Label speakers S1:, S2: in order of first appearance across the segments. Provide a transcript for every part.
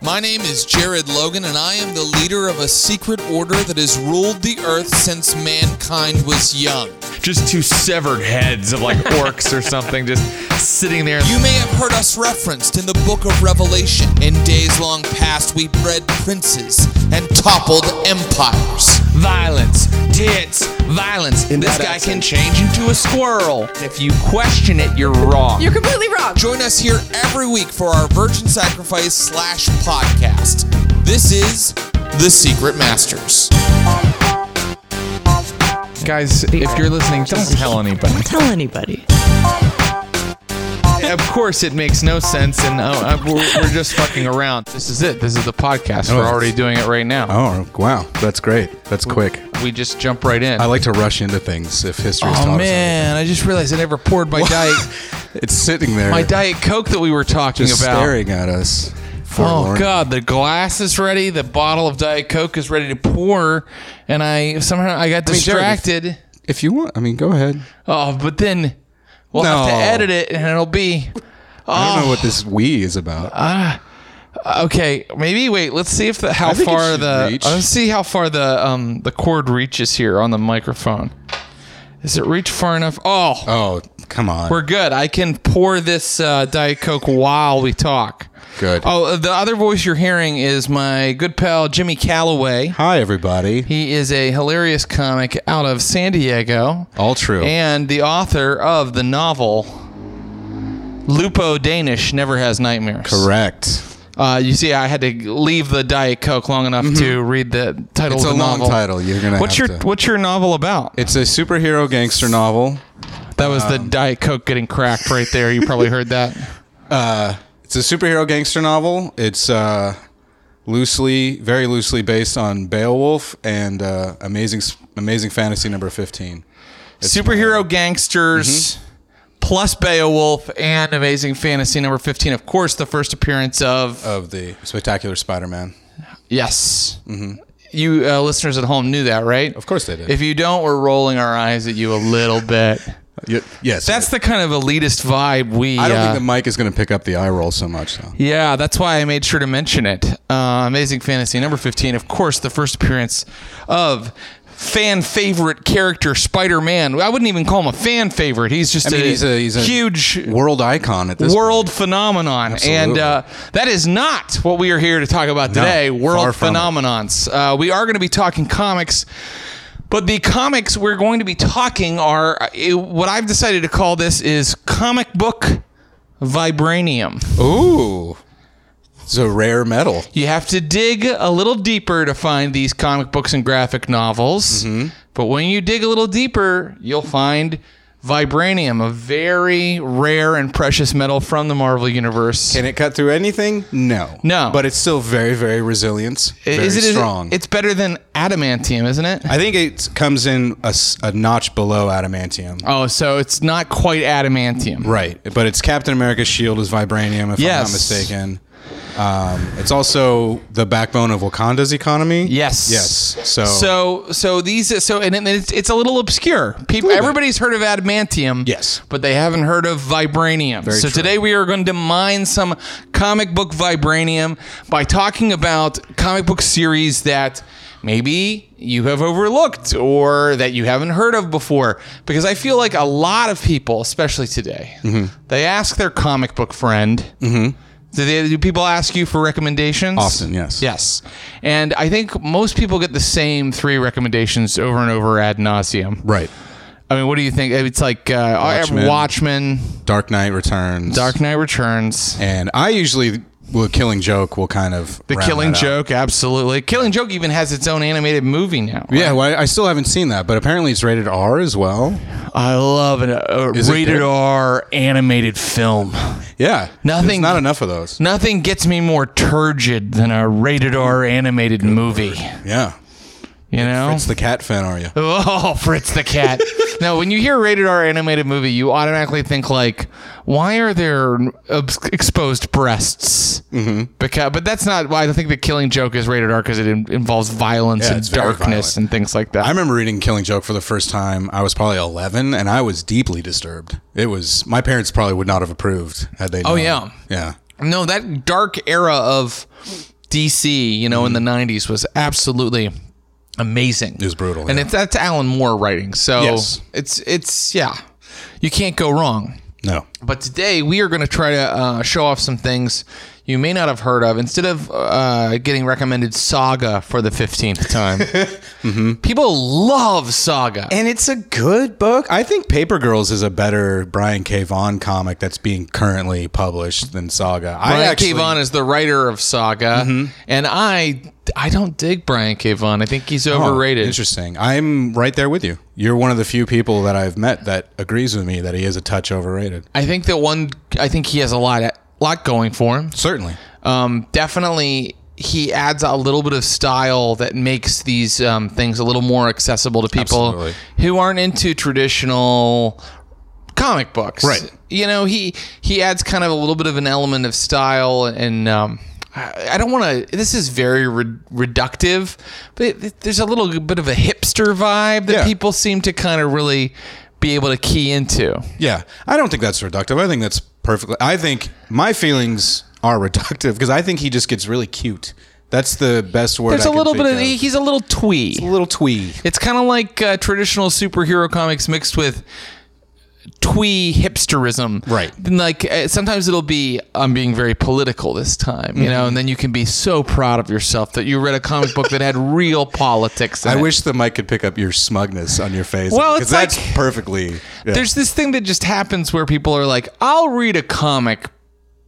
S1: My name is Jared Logan, and I am the leader of a secret order that has ruled the earth since mankind was young.
S2: Just two severed heads of like orcs or something just sitting there.
S1: You may have heard us referenced in the book of Revelation. In days long past, we bred princes and toppled empires.
S3: Violence, tits, violence.
S4: In
S3: this
S4: that
S3: guy can
S4: accent.
S3: change into a squirrel. If you question it, you're wrong.
S5: You're completely wrong.
S1: Join us here every week for our Virgin Sacrifice slash podcast. This is The Secret Masters.
S2: Guys, if you're listening, don't tell anybody.
S6: Tell anybody.
S2: of course, it makes no sense, and uh, uh, we're, we're just fucking around. This is it. This is the podcast. We're
S4: it's-
S2: already doing it right now.
S4: Oh, wow. That's great. That's quick.
S2: We just jump right in.
S4: Oh. I like to rush into things if history is
S2: oh man, I just realized I never poured my diet
S4: It's sitting there.
S2: my diet coke that we were talking
S4: just
S2: about.
S4: staring at us.
S2: Oh
S4: forlorn.
S2: god, the glass is ready, the bottle of diet coke is ready to pour, and I somehow I got
S4: mean, Jared, if-
S2: distracted.
S4: If you want, I mean, go ahead.
S2: oh, but then we'll have to
S4: No.
S2: edit it, Oh. and it'll be
S4: I don't know what this we is about.
S2: Uh, okay. Maybe wait. Let's see if the, how
S4: I think it
S2: far
S4: should
S2: the
S4: reach.
S2: let's see how far the um the cord reaches here on the microphone. Does it reach far enough? Oh,
S4: oh, come on.
S2: we're good. I can pour this uh, diet coke while we talk.
S4: good.
S2: Oh, the other voice you're hearing is my good pal Jimmy Calloway.
S4: Hi, everybody.
S2: He is a hilarious comic out of San Diego
S4: All true.
S2: and the author of the novel Lupo Danish Never Has Nightmares.
S4: Correct.
S2: Uh, you see, I had to leave the Diet Coke long enough to read the title
S4: Mm-hmm. It's
S2: of
S4: a
S2: the
S4: long
S2: novel.
S4: title. You're gonna.
S2: What's your
S4: have to-
S2: What's your novel about?
S4: It's a superhero gangster novel.
S2: that was the
S4: um,
S2: Diet Coke getting cracked right there. You probably heard that.
S4: It's a superhero gangster novel. It's uh, loosely, very loosely based on Beowulf and uh, Amazing Amazing Fantasy number fifteen.
S2: superhero gangsters
S4: Mm-hmm.
S2: plus beowulf and amazing fantasy number 15 of course the first appearance of
S4: of the Spectacular Spider-Man.
S2: yes you uh, listeners at home knew that right
S4: mm-hmm. Of course they did.
S2: if you don't we're rolling our eyes at you a little bit
S4: Y- yes,
S2: that's the kind of elitist vibe we
S4: I don't
S2: uh,
S4: think the mic is going to pick up the eye roll so much. Though.
S2: yeah that's why i made sure to mention it uh, amazing fantasy number 15 of course the first appearance of fan favorite character spider-man i wouldn't even call him a fan favorite he's just
S4: I mean, he's a he's a
S2: huge
S4: world icon at this
S2: world phenomenon, and
S4: Absolutely.
S2: uh, that is not what we are here to talk about today.
S4: far
S2: world
S4: from it.
S2: phenomenons. Uh, we are going to be talking comics, but the comics we're going to be talking are uh, what I've decided to call this is comic book vibranium.
S4: Point. Ooh, it's a rare metal.
S2: You have to dig a little deeper to find these comic books and graphic novels.
S4: Mm-hmm.
S2: But when you dig a little deeper, you'll find vibranium, a very rare and precious metal from the Marvel Universe.
S4: Can it cut through anything? No,
S2: No.
S4: But it's still very very resilient. Very
S2: is it is it-
S4: strong.
S2: it's better than adamantium, isn't it?
S4: I think it comes in a, s- a notch below adamantium.
S2: oh, so it's not quite adamantium.
S4: Right, but it's Captain America's shield is vibranium, if I'm
S2: Yes.
S4: not mistaken. Um, it's also the backbone of Wakanda's economy.
S2: Yes.
S4: Yes. So,
S2: So so these so and it- it's, it's a little obscure. People
S4: Little bit.
S2: everybody's heard of adamantium.
S4: Yes.
S2: But they haven't heard of vibranium. so
S4: true.
S2: today we are going to mine some comic book vibranium by talking about comic book series that maybe you have overlooked or that you haven't heard of before because I feel like a lot of people, especially today,
S4: Mm-hmm.
S2: they ask their comic book friend do, they, do people ask you for recommendations?
S4: Often, yes.
S2: Yes. And I think most people get the same three recommendations over and over ad nauseum.
S4: right.
S2: I mean, what do you think? It's like uh, Watchmen,
S4: Watchmen. Dark Knight Returns.
S2: Dark Knight Returns,
S4: And I usually, well, Killing Joke will kind of
S2: The Killing Joke, absolutely. Killing Joke even has its own animated movie now.
S4: Yeah, well, I I still haven't seen that, but apparently it's rated R as well.
S2: I love an uh,
S4: Is it
S2: rated
S4: good?
S2: R animated film.
S4: Yeah,
S2: Nothing-
S4: There's not enough of those.
S2: Nothing gets me more turgid than a rated R animated movie.
S4: Yeah,
S2: You know,
S4: it's the cat fan, are you?
S2: Oh, Fritz the Cat. no, when you hear rated R animated movie, you automatically think like, why are there obs- exposed breasts? Mm-hmm. Because, but that's not why I think the Killing Joke is rated R because it in- involves violence
S4: Yeah, it's
S2: and
S4: very
S2: darkness
S4: violent.
S2: and things like that.
S4: I remember reading Killing Joke for the first time. I was probably 11, and I was deeply disturbed. It was my parents probably would not have approved had they.
S2: Oh,
S4: known.
S2: yeah.
S4: yeah.
S2: No, that dark era of DC, you know, in the '90s was absolutely amazing. It
S4: Mm-hmm. was brutal,
S2: and
S4: yeah.
S2: it's that's Alan Moore writing. So
S4: Yes.
S2: it's it's yeah, you can't go wrong.
S4: No.
S2: But today we are going to try to uh, show off some things you may not have heard of. Instead of uh, getting recommended Saga for the fifteenth time,
S4: Mm-hmm.
S2: people love Saga.
S4: And it's a good book. I think Paper Girls is a better Brian K. Vaughan comic that's being currently published than Saga. I
S2: Brian
S4: actually, Mm-hmm.
S2: K. Vaughan is the writer of Saga, and I I don't dig Brian K. Vaughan. I think he's
S4: Oh,
S2: overrated.
S4: Interesting. I'm right there with you. You're one of the few people that I've met that agrees with me that he is a touch overrated.
S2: I think that one. I think he has a lot lot going for him.
S4: Certainly.
S2: Um, definitely, he adds a little bit of style that makes these um, things a little more accessible to people
S4: Absolutely.
S2: who aren't into traditional comic books.
S4: Right.
S2: You know, he he adds kind of a little bit of an element of style and. Um, I I don't want to. This is very re- reductive, but it- there's a little bit of a hipster vibe that
S4: Yeah.
S2: people seem to kind of really be able to key into.
S4: Yeah. I don't think that's reductive. I think that's perfectly. I think my feelings are reductive because I think he just gets really cute. That's the best word.
S2: There's
S4: I
S2: a
S4: can
S2: little bit
S4: think
S2: of. He's a little twee.
S4: a little twee.
S2: It's kind of like uh, traditional superhero comics mixed with twee hipsterism.
S4: Right.
S2: Then, Like uh, sometimes it'll be I'm being very political this time, you
S4: Mm-hmm.
S2: know, and then you can be so proud of yourself that you read a comic book that had real politics. In
S4: I
S2: it.
S4: wish the mic could pick up your smugness on your face.
S2: Well,
S4: because
S2: it's like-
S4: that's perfectly. yeah.
S2: there's this thing that just happens where people are like, "I'll read a comic,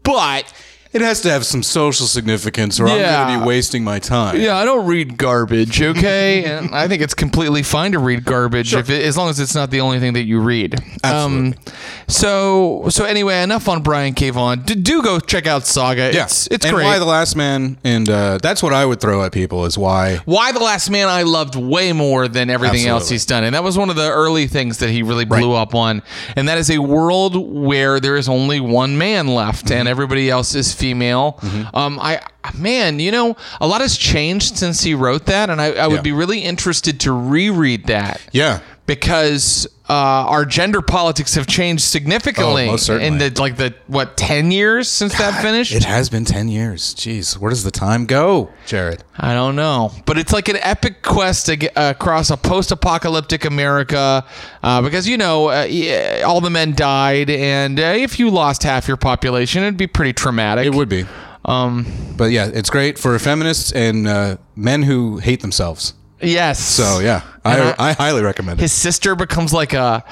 S2: but
S4: It has to have some social significance, or I'm going
S2: Yeah.
S4: to be wasting my time.
S2: yeah, I don't read garbage." Okay, and I think it's completely fine to read garbage if it, as long as it's not the only thing that you read. Um,
S4: Absolutely.
S2: So so anyway, enough on Brian K. Vaughan. D- do go check out Saga.
S4: Yeah.
S2: It's it's
S4: and
S2: great.
S4: why the last man? And uh, that's what I would throw at people is why.
S2: Last Man I loved way more than everything else
S4: Absolutely.
S2: he's done. And that was one of the early things that he really blew up on. And that is a world where there is only one man left
S4: Mm-hmm.
S2: and everybody else is female. Um, I man, you know, a lot has changed since he wrote that, and I, I would
S4: Yeah.
S2: be really interested to reread that.
S4: Yeah.
S2: because uh, our gender politics have changed significantly
S4: Oh, most
S2: in
S4: certainly.
S2: the like the what 10 years since that finished
S4: It has been 10 years. Jeez, where does the time go, Jared?
S2: i don't know but it's like an epic quest to get, across a post-apocalyptic america uh, because you know uh, yeah, all the men died and uh, if you lost half your population it'd be pretty traumatic
S4: It would be. Um, but yeah, it's great for feminists and uh, men who hate themselves.
S2: yes
S4: So yeah,
S2: And
S4: I,
S2: I-
S4: I, highly recommend it.
S2: his sister becomes like a,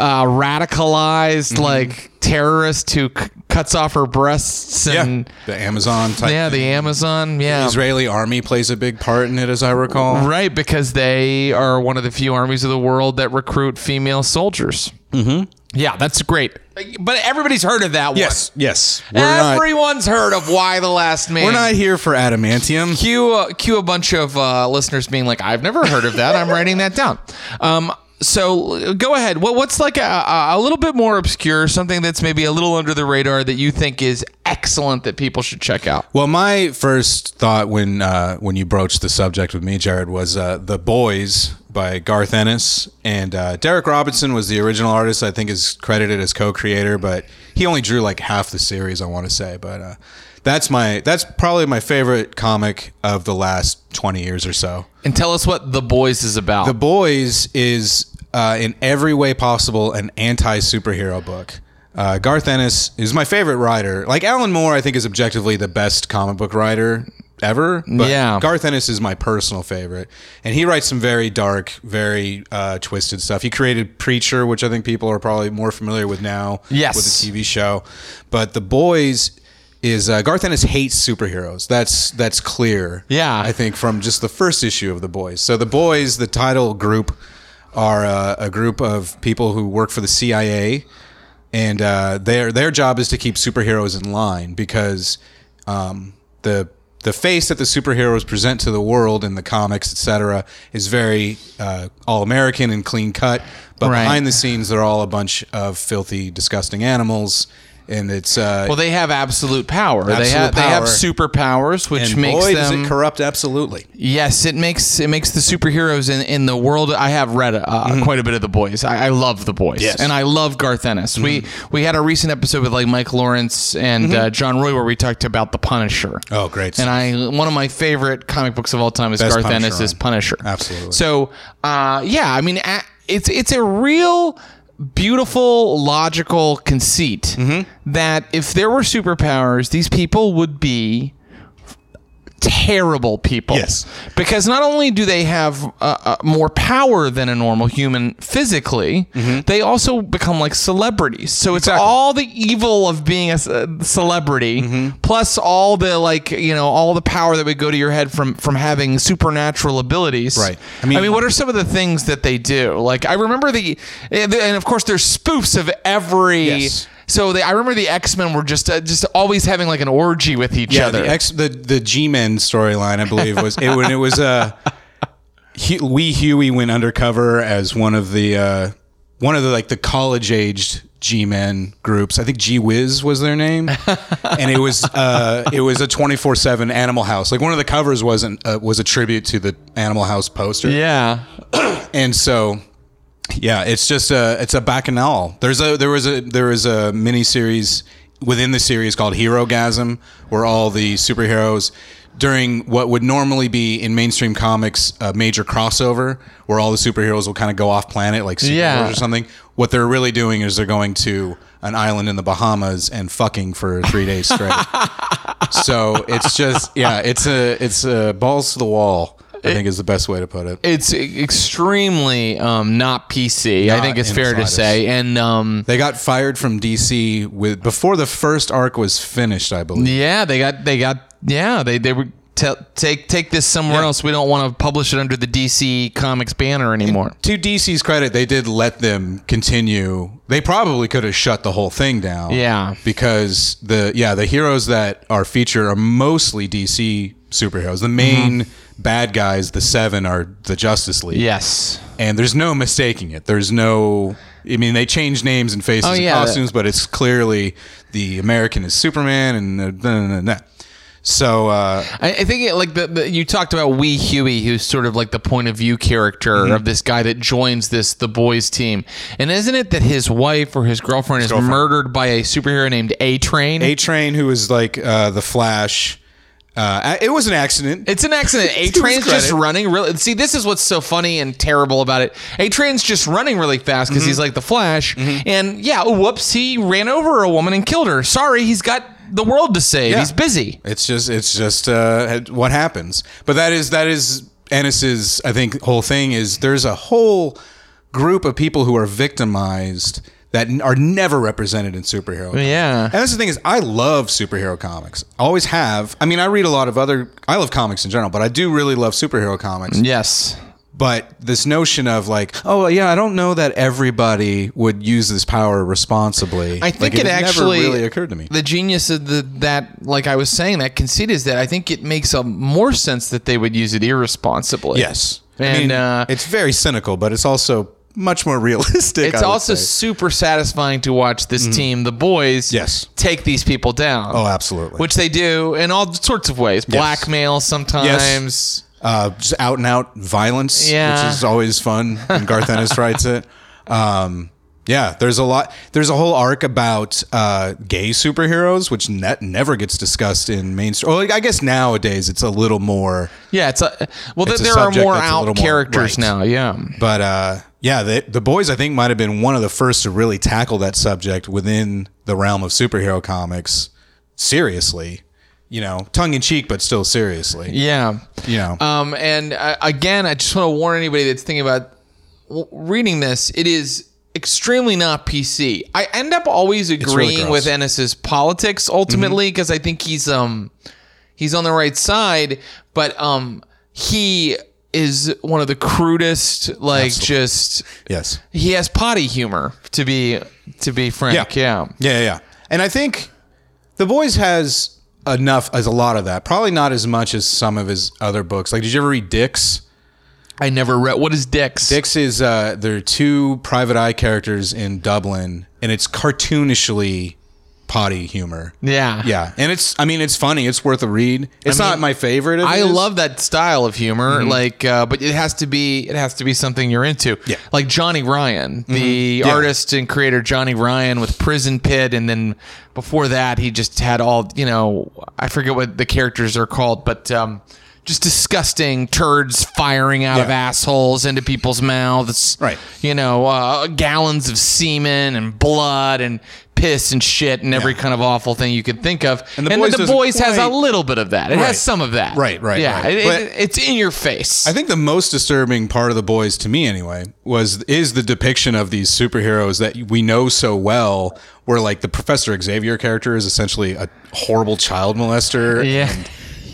S2: a radicalized
S4: Mm-hmm.
S2: like terrorist who c- cuts off her breasts
S4: yeah,
S2: and
S4: the Amazon type.
S2: yeah, the Amazon. Yeah,
S4: Israeli army plays a big part in it, as I recall.
S2: Right, because they are one of the few armies of the world that recruit female soldiers. Mm-hmm. Yeah, that's great. But everybody's heard of that one.
S4: Yes, yes. We're not,
S2: Everyone's heard of Why the Last Man.
S4: we're not here for adamantium.
S2: Cue, uh, cue a bunch of uh, listeners being like, I've never heard of that. I'm writing that down. Um, so uh, go ahead. What, what's like a, a a little bit more obscure, something that's maybe a little under the radar that you think is excellent that people should check out?
S4: Well, my first thought when uh, when you broached the subject with me, Jared, was uh, "The Boys" by Garth Ennis, and uh, Derek Robinson was the original artist. I think is credited as co-creator, but he only drew like half the series, I want to say. But uh, that's my that's probably my favorite comic of the last twenty years or so.
S2: And tell us what The Boys is about.
S4: The Boys is, uh, in every way possible, an anti superhero book. Uh, Garth Ennis is my favorite writer. Like Alan Moore, I think is objectively the best comic book writer ever. But
S2: Yeah.
S4: Garth Ennis is my personal favorite, and he writes some very dark, very uh, twisted stuff. He created Preacher, which I think people are probably more familiar with now.
S2: Yes.
S4: with the TV show, but The Boys. Is uh, Garth Ennis hates superheroes? That's that's clear.
S2: Yeah.
S4: I think from just the first issue of the boys. So the boys, the title group, are uh, a group of people who work for the CIA, and uh, their their job is to keep superheroes in line because um, the the face that the superheroes present to the world in the comics, etc., is very uh, all American and clean cut. But
S2: Right.
S4: behind the scenes, they're all a bunch of filthy, disgusting animals. and it's uh,
S2: Well, they have absolute power. they
S4: Absolute
S2: have they have
S4: power.
S2: superpowers, which
S4: and
S2: makes
S4: boy, does
S2: them
S4: it corrupt absolutely.
S2: Yes, it makes it makes the superheroes in, in the world. I have read uh, quite a bit of the boys. I, I love the boys,
S4: Mm-hmm. Yes. Mm-hmm.
S2: and I love Garth Ennis. We we had a recent episode with like Mike Lawrence and uh, John Roy where we talked about the Punisher.
S4: Oh, great.
S2: And I one of my favorite comic books of all time is
S4: Best
S2: Garth
S4: Punisher
S2: Ennis's
S4: run.
S2: Punisher.
S4: Absolutely.
S2: So uh, yeah, I mean a- it's it's a real beautiful logical conceit
S4: Mm-hmm.
S2: that if there were superpowers, these people would be terrible people.
S4: Yes.
S2: Because not only do they have uh, uh, more power than a normal human physically,
S4: Mm-hmm.
S2: they also become like celebrities. So it's all the evil of being a s- a celebrity,
S4: Mm-hmm.
S2: plus all the like you know all the power that would go to your head from from having supernatural abilities.
S4: Right.
S2: I
S4: I
S2: mean,
S4: mean-
S2: I mean, what are some of the things that they do? Like I remember the, and and of course there's spoofs of every.
S4: Yes.
S2: So they, I remember the X Men were just uh, just always having like an orgy with each
S4: yeah,
S2: other.
S4: the X, the the G Men storyline, I believe, was it when it was uh, Hu- Wee Huey went undercover as one of the uh, one of the like the college aged G Men groups. I think G Wiz was their name, and it was uh, it was a twenty four seven Animal House. Like one of the covers wasn't uh, was a tribute to the Animal House poster.
S2: yeah.
S4: and so yeah it's just a it's a bacchanal there's a there was a there was a mini series within the series called hero gasm where all the superheroes during what would normally be in mainstream comics a major crossover where all the superheroes will kind of go off planet like superheroes
S2: Yeah.
S4: or something what they're really doing is they're going to an island in the bahamas and fucking for three days straight so it's just yeah it's a it's a balls to the wall i think is the best way to put it
S2: it's e- extremely um, not PC. I
S4: Not
S2: think it's
S4: in
S2: fair to
S4: slightest.
S2: say, and um,
S4: They got fired from DC with before the first arc was finished, I believe.
S2: yeah, they got they got yeah they they were te- take take this somewhere else. We don't want to publish it under the DC Comics banner anymore.
S4: To DC's credit, they did let them continue. They probably could have shut the whole thing down.
S2: Yeah.
S4: Because the yeah, the heroes that are featured are mostly DC superheroes. The main
S2: Mm-hmm.
S4: bad guys, the 7 are the Justice League.
S2: yes,
S4: And there's no mistaking it. There's no I mean, they change names and faces
S2: Oh,
S4: and
S2: yeah.
S4: costumes, but it's clearly the American is Superman and uh, da, da, da, da. So uh
S2: I, I think it, like the, the you talked about Wee Huey, who's sort of like the point of view character of this guy that joins this the boys team. And isn't it that his wife or his girlfriend is murdered by a superhero named A Train?
S4: A Train, who was like uh, the Flash. Uh, it was an accident.
S2: It's an accident. A
S4: To his
S2: train's just
S4: credit.
S2: running really. See, this is what's so funny and terrible about it. A train's just running really fast because he's like the Flash, and yeah, oh, whoops, he ran over a woman and killed her. Sorry, he's got the world to save.
S4: Yeah.
S2: He's busy.
S4: it's just it's just uh, what happens. But that is that is Ennis's I think whole thing is there's a whole group of people who are victimized that n- are never represented in superhero.
S2: Yeah.
S4: And that's the thing is I love superhero comics. Always have. I mean, I read a lot of other I love comics in general, but I do really love superhero comics.
S2: Yes.
S4: but this notion of like, oh yeah, I don't know that everybody would use this power responsibly.
S2: I think
S4: Like,
S2: it, actually
S4: never really occurred to me.
S2: The genius of the, that, like I was saying, that conceit is that I think it makes a more sense that they would use it irresponsibly.
S4: yes,
S2: And,
S4: I mean,
S2: uh,
S4: it's very cynical, but it's also much more realistic.
S2: It's Mm-hmm.
S4: I would
S2: also
S4: say.
S2: super satisfying to watch this team, the boys,
S4: Yes.
S2: take these people down.
S4: oh, absolutely.
S2: which they do in all sorts of ways blackmail sometimes
S4: uh, just out and out violence,
S2: Yeah.
S4: which is always fun. And Garth Ennis writes it. Um, yeah, there's a lot. There's a whole arc about uh, gay superheroes, which net never gets discussed in mainstream. Well, I guess nowadays it's a little more.
S2: yeah it's a well
S4: It's a
S2: there are
S4: subject
S2: more
S4: that's a
S2: out
S4: little more-
S2: characters
S4: right.
S2: now yeah
S4: But uh, yeah, the, the boys I think might have been one of the first to really tackle that subject within the realm of superhero comics seriously. You know, tongue in cheek, but still seriously.
S2: yeah
S4: You know,
S2: um and uh, again i just want to warn anybody that's thinking about w- reading this it is extremely not pc i end up always
S4: really
S2: agreeing
S4: gross. Mm-hmm.
S2: with ennis's politics ultimately because i think he's um he's on the right side, but um he is one of the crudest, like just
S4: yes,
S2: he has potty humor to be to be frank. Yeah.
S4: yeah, yeah, yeah. And I think the boys has enough as a lot of that. Probably not as much as some of his other books. Like, did you ever read Dix?
S2: I never read what is Dix?
S4: Dix is uh, there are two private eye characters in Dublin, and it's cartoonishly potty humor.
S2: Yeah.
S4: Yeah, and it's I mean it's funny. It's worth a read. It's
S2: mean,
S4: not my favorite. Of
S2: I
S4: his.
S2: love that style of humor,
S4: Mm-hmm.
S2: like, uh, but it has to be it has to be something you're into.
S4: Yeah. Mm-hmm.
S2: like Johnny Ryan, the
S4: Yeah.
S2: artist and creator Johnny Ryan with Prison Pit, and then before that he just had all you know I forget what the characters are called, but um, just disgusting turds firing out of
S4: Yeah.
S2: assholes into people's mouths.
S4: Right.
S2: you know, uh, gallons of semen and blood and piss and shit and every
S4: Yeah.
S2: kind of awful thing you could think of. And
S4: the
S2: the
S4: Boys
S2: boys,
S4: doesn't
S2: has a
S4: quite-
S2: little bit of that. It
S4: Right.
S2: has some of that.
S4: Right, right,
S2: Yeah,
S4: right.
S2: it- it-
S4: But-
S2: it's in your face.
S4: I think the most disturbing part of the boys to me anyway was is the depiction of these superheroes that we know so well where like the Professor Xavier character is essentially a horrible child molester.
S2: yeah,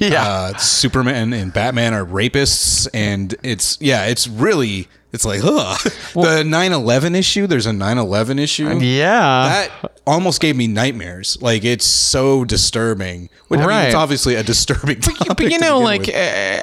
S2: yeah.
S4: Uh, Superman and Batman are rapists and it's yeah, it's really it's like ugh. the 9/11 issue, there's a 9/11 issue.
S2: yeah.
S4: That almost gave me nightmares. Like it's so disturbing. Which, I mean,
S2: Right.
S4: it's obviously a disturbing.
S2: but
S4: topic
S2: you
S4: to
S2: know,
S4: begin
S2: like
S4: with.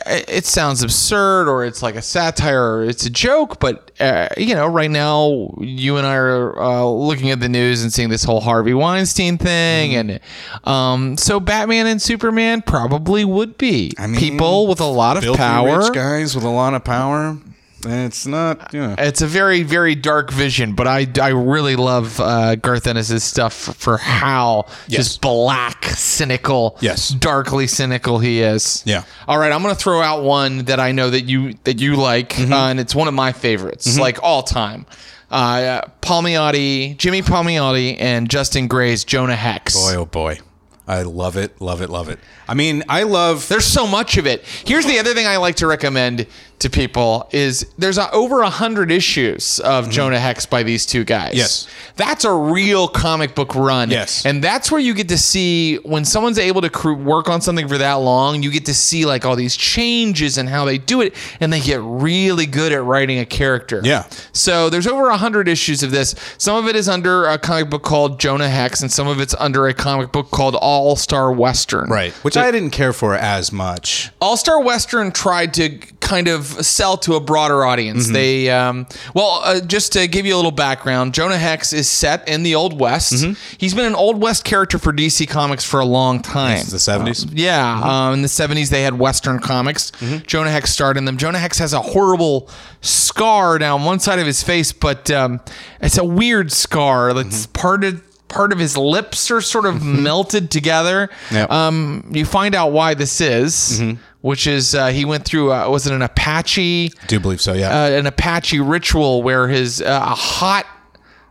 S2: uh, it sounds absurd, or it's like a satire, or it's a joke. But uh, you know, right now, you and I are uh, looking at the news and seeing this whole Harvey Weinstein thing,
S4: Mm-hmm.
S2: and um, so Batman and Superman probably would be
S4: mean,
S2: people with a lot of
S4: filthy
S2: power.
S4: rich guys with a lot of power. It's not, you know.
S2: It's a very, very dark vision, but I, I really love uh, Garth Ennis' stuff for, for how
S4: Yes.
S2: just black, cynical,
S4: Yes.
S2: darkly cynical he is.
S4: Yeah.
S2: All right, I'm gonna throw out one that I know that you that you like,
S4: Mm-hmm.
S2: uh, and it's one of my favorites, like all time. Uh, Palmiotti, Jimmy Palmiotti, and Justin Gray's Jonah Hex.
S4: Boy, oh boy. I love it, love it, love it. I mean, I love.
S2: There's so much of it. Here's the other thing I like to recommend to people is there's a, over a hundred issues of Jonah Hex by these two guys.
S4: Mm-hmm. Yes.
S2: that's a real comic book run.
S4: Yes.
S2: and that's where you get to see when someone's able to cr- work on something for that long, you get to see like all these changes and how they do it, and they get really good at writing a character.
S4: Yeah.
S2: So there's over 100 issues of this. Some of it is under a comic book called Jonah Hex, and some of it's under a comic book called All Star Western.
S4: Right. Which I didn't care for as much.
S2: All Star Western tried to kind of sell to a broader audience. They, um, well, uh, just to give you a little background, Jonah Hex is set in the Old West. He's been an Old West character for DC Comics for a long time.
S4: It's the 70s.
S2: Yeah, um, in the seventies they had Western comics. Jonah Hex starred in them. Jonah Hex has a horrible scar down one side of his face, but um, it's a weird scar that's parted. Part of his lips are sort of melted together.
S4: Yep.
S2: Um, you find out why this is, which is uh, he went through. Uh, was it an Apache?
S4: Do believe so, yeah.
S2: uh, an Apache ritual where his uh, a hot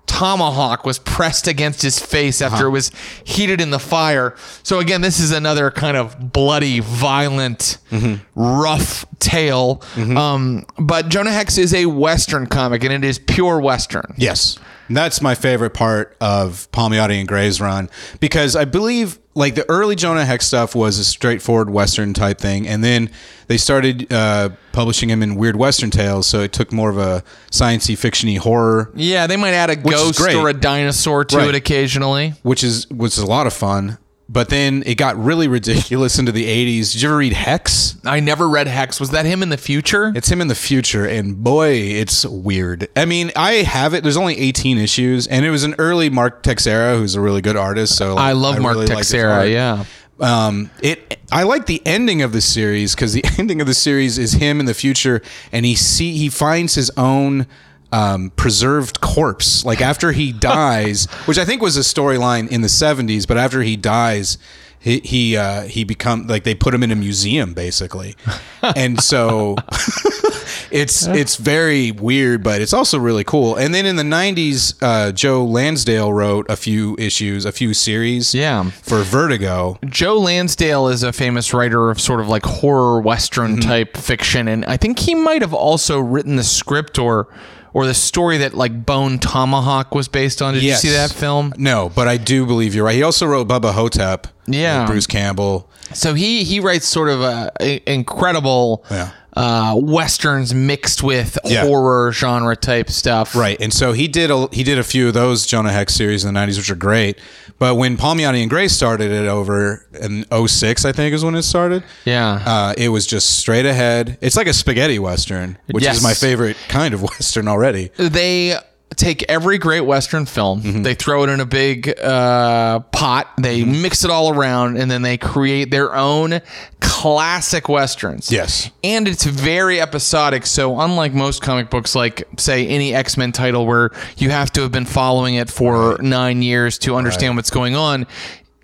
S2: tomahawk was pressed against his face after
S4: Uh-huh.
S2: it was heated in the fire. So again, this is another kind of bloody, violent,
S4: Mm-hmm.
S2: rough tale. Um, but Jonah Hex is a Western comic, and it is pure Western.
S4: Yes. That's my favorite part of Palmiotti and Gray's run because I believe like the early Jonah Hex stuff was a straightforward Western type thing. And then they started uh, publishing him in weird Western tales. So it took more of a science y, fiction y horror,
S2: Yeah, they might add a
S4: is
S2: ghost
S4: great.
S2: or a dinosaur to
S4: Right.
S2: it occasionally.
S4: which is was a lot of fun. But then it got really ridiculous into the 80s. Did you ever read Hex?
S2: I never read Hex. Was that him in the future?
S4: It's him in the future, and boy, it's weird. I mean, I have it. There's only 18 issues, and it was an early Mark Texera, who's a really good artist. So like,
S2: I love Mark
S4: really liked his art.
S2: Texera. Yeah.
S4: Um, it. I like the ending of the series because the ending of the series is him in the future, and he see he finds his own. Um, preserved corpse. Like after he dies, which I think was a storyline in the '70s, but after he dies, he he uh, he become like they put him in a museum basically, and so it's it's very weird, but it's also really cool. And then in the '90s, uh, Joe Lansdale wrote a few issues, a few series,
S2: Yeah.
S4: for Vertigo.
S2: Joe Lansdale is a famous writer of sort of like horror western
S4: Mm-hmm.
S2: type fiction, and I think he might have also written the script or or the story that like Bone Tomahawk was based on. Did
S4: Yes.
S2: you see that film?
S4: No, but I do believe you're right. He also wrote Bubba Hotep.
S2: Yeah.
S4: with Bruce Campbell.
S2: So he he writes sort of a, a- incredible
S4: Yeah.
S2: uh, westerns mixed with
S4: Yeah.
S2: horror genre type stuff.
S4: Right, and so he did a he did a few of those Jonah Hex series in the '90s, which are great. But when Palmiotti and Gray started it over in 06, I think is when it started.
S2: Yeah.
S4: Uh, it was just straight ahead. It's like a spaghetti western, which
S2: Yes.
S4: is my favorite kind of western already.
S2: they take every great Western film,
S4: Mm-hmm.
S2: they throw it in a big uh, pot, they mix it all around, and then they create their own classic Westerns.
S4: Yes.
S2: And it's very episodic. So, unlike most comic books, like, say, any X Men title where you have to have been following it for nine years to understand what's going on.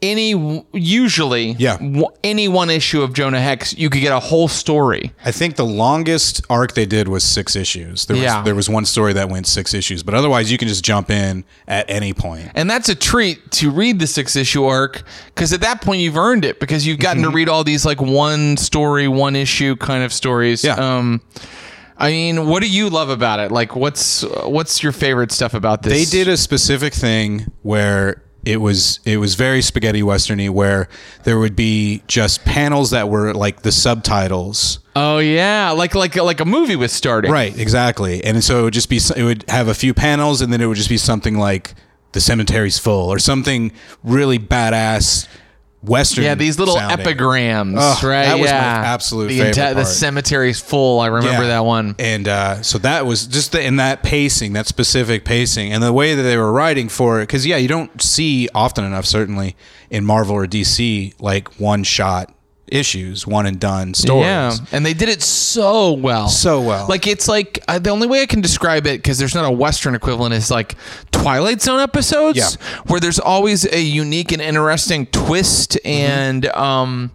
S2: Any usually,
S4: Yeah.
S2: w- any one issue of Jonah Hex, you could get a whole story.
S4: I think the longest arc they did was six issues. There was,
S2: Yeah.
S4: there was one story that went six issues, but otherwise you can just jump in at any point.
S2: And that's a treat to read the six issue arc because at that point you've earned it because you've gotten to
S4: Mm-hmm.
S2: read all these like one story, one issue kind of stories.
S4: Yeah.
S2: Um, I mean, what do you love about it? Like, what's what's your favorite stuff about this?
S4: They did a specific thing where it was it was very spaghetti westerny, where there would be just panels that were like the subtitles.
S2: Oh yeah, like like like a movie was starting.
S4: Right, exactly. And so it would just be it would have a few panels, and then it would just be something like the cemetery's full or something really badass western.
S2: Yeah, these little
S4: sounding.
S2: epigrams,
S4: Ugh,
S2: right?
S4: that was my
S2: yeah.
S4: absolute
S2: the
S4: favorite
S2: The
S4: part.
S2: cemetery's full. I remember
S4: Yeah.
S2: that one.
S4: And uh, so that was just the, in that pacing, that specific pacing, and the way that they were writing for it. Because yeah, you don't see often enough, certainly in Marvel or DC, like one shot issues, one and done stories.
S2: Yeah, and they did it so well,
S4: So well.
S2: Like it's like uh, the only way I can describe it because there's not a Western equivalent is like Twilight Zone episodes,
S4: Yeah.
S2: where there's always a unique and interesting twist,
S4: Mm-hmm.
S2: and um,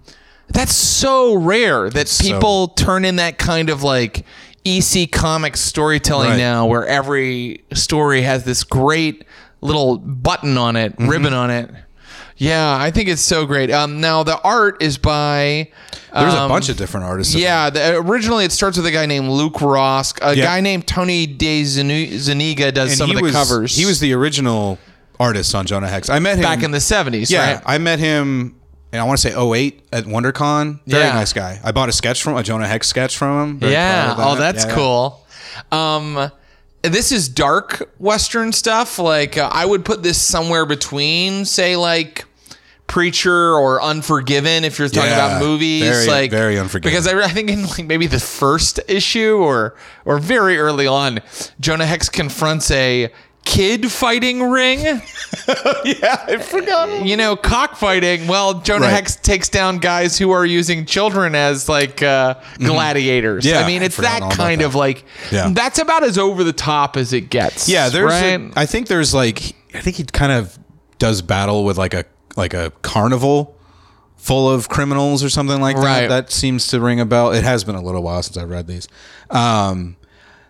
S2: that's so rare that
S4: so-
S2: people turn in that kind of like EC Comics storytelling
S4: Right.
S2: now, where every story has this great little button on it,
S4: Mm-hmm.
S2: ribbon on it. Yeah, I think it's so great. Um, now the art is by
S4: There's a
S2: um,
S4: bunch of different artists.
S2: yeah, the, originally it starts with a guy named Luke Rosk. A
S4: Yeah.
S2: guy named Tony De Zanu- Zuniga does
S4: and
S2: some
S4: he
S2: of the
S4: was,
S2: covers.
S4: He was the original artist on Jonah Hex. I met him
S2: back in the seventies,
S4: Yeah,
S2: right?
S4: I met him. And I want to say 08 at WonderCon. Very
S2: Yeah.
S4: nice guy. I bought a sketch from a Jonah Hex sketch from him. Very
S2: yeah.
S4: proud
S2: Oh,
S4: of that.
S2: that's
S4: Yeah, yeah.
S2: cool. Um, this is dark Western stuff. Like uh, I would put this somewhere between, say, like Preacher or Unforgiven, if you're talking
S4: Yeah,
S2: about movies.
S4: very-
S2: like
S4: very Unforgiven.
S2: Because I, re- I think in like maybe the first issue or or very early on, Jonah Hex confronts a kid fighting ring.
S4: I forgot.
S2: you know, cockfighting. Well, Jonah
S4: Right.
S2: Hex takes down guys who are using children as like uh,
S4: Mm-hmm.
S2: gladiators.
S4: Yeah,
S2: I mean,
S4: I
S2: it's
S4: forgot
S2: that
S4: all about
S2: kind of
S4: that.
S2: like
S4: Yeah.
S2: that's about as over the top as it gets.
S4: Yeah, there's. a-
S2: right?
S4: I think there's like. I think he kind of does battle with like a like a carnival full of criminals or something like
S2: Right.
S4: that. That seems to ring a bell. It has been a little while since I've read these. Um,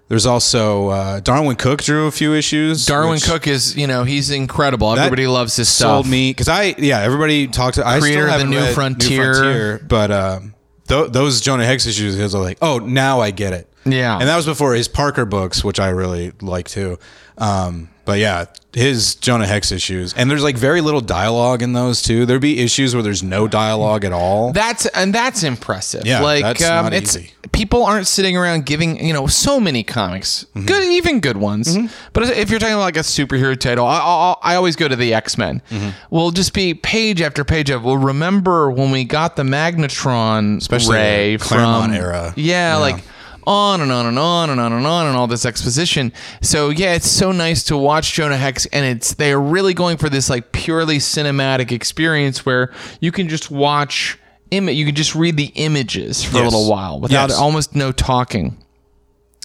S4: there's also uh, Darwin Cook drew a few issues.
S2: Darwin
S4: which
S2: Cook is, you know, he's incredible. Everybody loves his
S4: sold
S2: stuff.
S4: me because I yeah everybody talks. I
S2: Creator
S4: still
S2: of the
S4: haven't
S2: New
S4: read
S2: Frontier.
S4: but um, th- those Jonah Hex issues, he was like, oh, now I get it.
S2: Yeah.
S4: and that was before his Parker books, which I really like too. Um, but yeah, his Jonah Hex issues, and there's like very little dialogue in those too. There'd be issues where there's no dialogue at all.
S2: That's and that's impressive.
S4: Yeah,
S2: like
S4: that's
S2: um,
S4: not
S2: it's
S4: easy.
S2: people aren't sitting around giving you know so many comics,
S4: Mm-hmm.
S2: good even good ones. But if you're talking about like a superhero title, I, I, I always go to the X Men.
S4: Mm-hmm.
S2: We'll just be page after page of. Well, remember when we got the Magnetron
S4: Especially
S2: ray
S4: the Claremont
S2: from
S4: era.
S2: Yeah, like. On and on and on and on and on and all this exposition. So yeah, it's so nice to watch Jonah Hex, and it's they are really going for this like purely cinematic experience where you can just watch image, you can just read the images for a
S4: Yes.
S2: little while without
S4: Yes.
S2: almost no talking.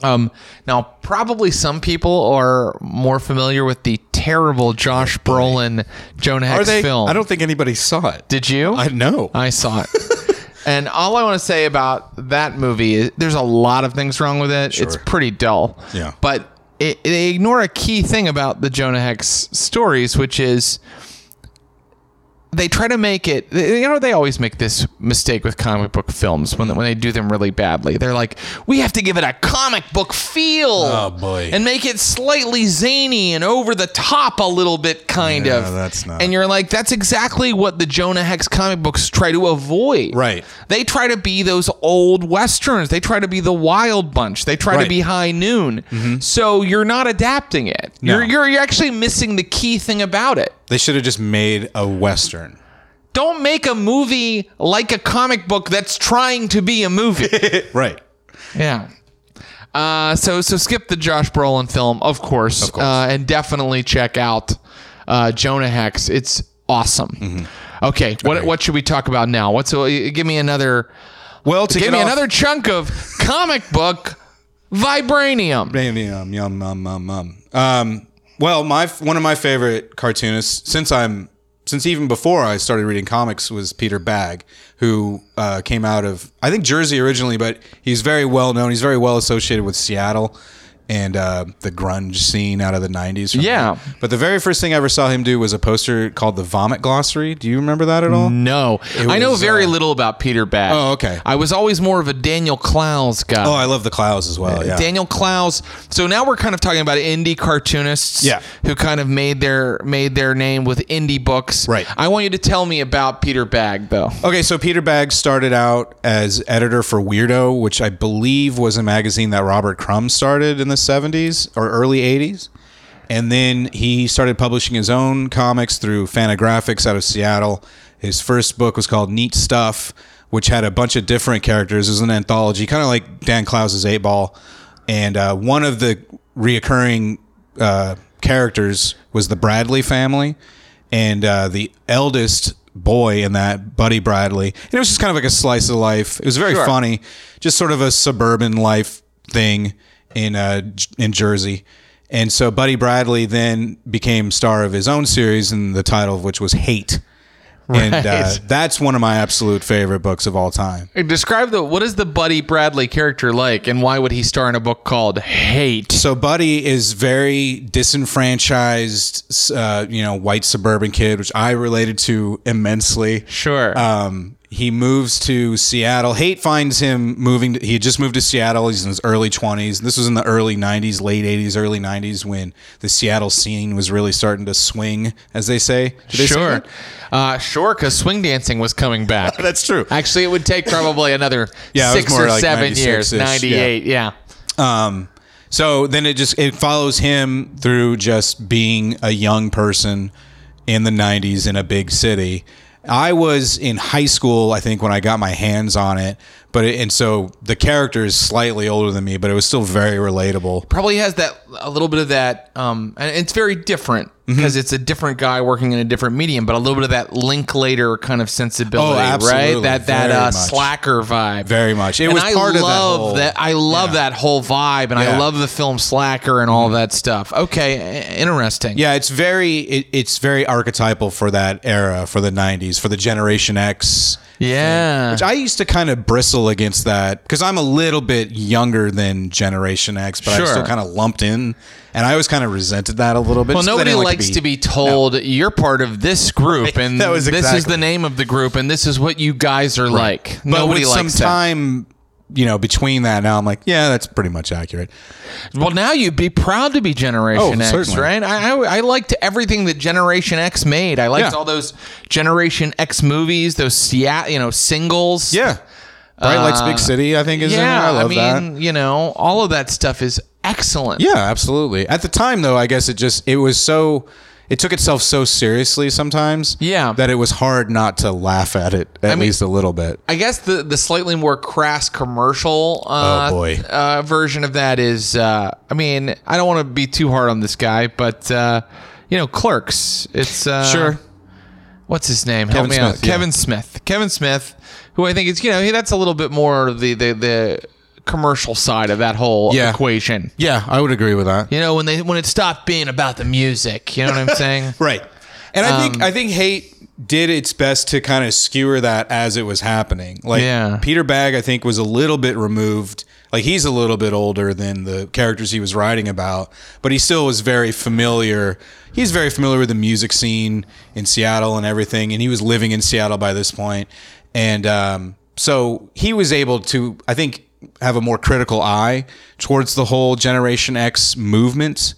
S2: Um, now, probably some people are more familiar with the terrible Josh Brolin Jonah Hex film.
S4: I don't think anybody saw it.
S2: Did you?
S4: I know.
S2: I saw it. and all I want to say about that movie is there's a lot of things wrong with it. It's pretty dull.
S4: Yeah.
S2: But it, they ignore a key thing about the Jonah Hex stories, which is they try to make it they- you know they always make this mistake with comic book films when, when they do them really badly they're like we have to give it a comic book feel
S4: Oh, boy.
S2: and make it slightly zany and over the top a little bit kind
S4: Yeah,
S2: of
S4: that's not-
S2: and you're like that's exactly what the jonah hex comic books try to avoid
S4: Right.
S2: they try to be those old westerns they try to be the wild bunch they try to
S4: Right. Mm-hmm.
S2: be high noon so you're not adapting it
S4: No.
S2: you're, you're, you're actually missing the key thing about it
S4: They should have just made a western.
S2: don't make a movie like a comic book that's trying to be a movie.
S4: Right.
S2: yeah. Uh, so so skip the Josh Brolin film, of course, Uh, and definitely check out uh, Jonah Hex. It's awesome.
S4: Mm-hmm.
S2: Okay, what what should we talk about now? What's uh, give me another
S4: Well, to
S2: give
S4: get
S2: me
S4: off-
S2: another chunk of comic book vibranium.
S4: Yum, yum, yum, yum, yum, yum. Um, well, my one of my favorite cartoonists since I'm since even before I started reading comics was Peter Bagg, who uh, came out of I think Jersey originally, but he's very well known. He's very well associated with Seattle and uh, the grunge scene out of the '90s. from
S2: Yeah.
S4: there. But the very first thing I ever saw him do was a poster called the Vomit Glossary. Do you remember that at all?
S2: No, I know
S4: was,
S2: very
S4: uh,
S2: little about Peter Bagg.
S4: Oh, okay.
S2: I was always more of a Daniel Clowes guy.
S4: Oh, I love the clouds as well. Yeah.
S2: Daniel Klaus. So now we're kind of talking about indie cartoonists
S4: Yeah.
S2: who kind of made their made their name with indie books.
S4: Right.
S2: I want you to tell me about Peter Bagg though.
S4: Okay, so Peter Bagg started out as editor for Weirdo, which I believe was a magazine that Robert Crumb started in the 70s or early 80s. And then he started publishing his own comics through Fanagraphics out of Seattle. His first book was called Neat Stuff, which had a bunch of different characters. It was an anthology, kind of like Dan Klaus's Eight Ball. And uh, one of the reoccurring uh, characters was the Bradley family and uh, the eldest boy in that, Buddy Bradley. And it was just kind of like a slice of life. It was very funny, just sort of a suburban life thing in uh, J- in Jersey. And so Buddy Bradley then became star of his own series, and the title of which was Hate. And uh,
S2: Right.
S4: that's one of my absolute favorite books of all time.
S2: Describe the what is the Buddy Bradley character like and why would he star in a book called Hate?
S4: So Buddy is very disenfranchised, uh, you know, white suburban kid, which I related to immensely.
S2: Sure.
S4: Um, he moves to Seattle. Hate finds him moving. To, he had just moved to Seattle. He's in his early 20s. This was in the early 90s, late 80s, early 90s when the Seattle scene was really starting to swing, as they say. Did they say
S2: sure.
S4: that?
S2: Uh, sure, because swing dancing was coming back.
S4: That's true.
S2: Actually, it would take probably another
S4: Yeah, it was
S2: six
S4: more
S2: or
S4: like
S2: seven years.
S4: 96-ish, yeah.
S2: 98, yeah.
S4: Um, so then it just it follows him through just being a young person in the 90s in a big city. I was in high school, I think, when I got my hands on it. But it, and so the character is slightly older than me, but it was still very relatable.
S2: probably has that a little bit of that um and it's very different
S4: Mm-hmm.
S2: because it's a different guy working in a different medium but a little bit of that linklater kind of sensibility
S4: Oh,
S2: right
S4: absolutely.
S2: that that
S4: Very
S2: uh,
S4: much.
S2: slacker vibe
S4: Very much. It
S2: and
S4: was
S2: I
S4: part of that
S2: love
S4: whole-
S2: I love that whole vibe, and I
S4: Yeah. Mm-hmm.
S2: love the film Slacker and all that stuff. Okay, i- interesting.
S4: Yeah, it's very it, it's very archetypal for that era, for the 90s, for the Generation X.
S2: yeah.
S4: Which I used to kind of bristle against that because I'm a little bit younger than Generation X, but
S2: Sure.
S4: I'm still kind of lumped in, and I always kind of resented that a little bit.
S2: well,
S4: just 'cause I
S2: nobody
S4: didn't like
S2: likes to be told you're part of this group, and
S4: That was
S2: this is
S4: exactly-
S2: the name of the group, and this is what you guys are like.
S4: But
S2: nobody
S4: with
S2: likes
S4: some
S2: that.
S4: time, you know, between that now, I'm like, yeah, that's pretty much accurate.
S2: Well, now you'd be proud to be Generation
S4: Oh,
S2: X,
S4: certainly.
S2: right? I, I I liked everything that Generation X made. I liked
S4: Yeah.
S2: all those Generation X movies, those Seattle, you know, singles.
S4: Yeah, Bright Lights, Big City, I think is in there.
S2: Uh, yeah.
S4: I
S2: I,
S4: love that.
S2: mean, you know, all of that stuff is excellent.
S4: Yeah, absolutely. At the time, though, I guess it just it was so it took itself so seriously sometimes.
S2: Yeah.
S4: that it was hard not to laugh at it at least a little bit.
S2: I guess the the slightly more crass commercial uh,
S4: Oh, boy.
S2: Uh, version of that is. Uh, I mean, I don't want to be too hard on this guy, but uh, you know, Clerks. It's uh,
S4: Sure.
S2: What's his name? Help
S4: Kevin
S2: me out.
S4: Smith, yeah.
S2: Kevin Smith. Kevin Smith, who I think is you know he- that's a little bit more the the, the commercial side of that whole
S4: Yeah.
S2: equation.
S4: Yeah, I would agree with that.
S2: You know when they when it stopped being about the music. You know what I'm saying?
S4: Right. And I
S2: Um,
S4: think I think hate did its best to kind of skewer that as it was happening. Like
S2: Yeah.
S4: Peter Bagg I think was a little bit removed. Like he's a little bit older than the characters he was writing about, but he still was very familiar. He's very familiar with the music scene in Seattle and everything, and he was living in Seattle by this point. And um, so he was able to, I think, have a more critical eye towards the whole Generation X movement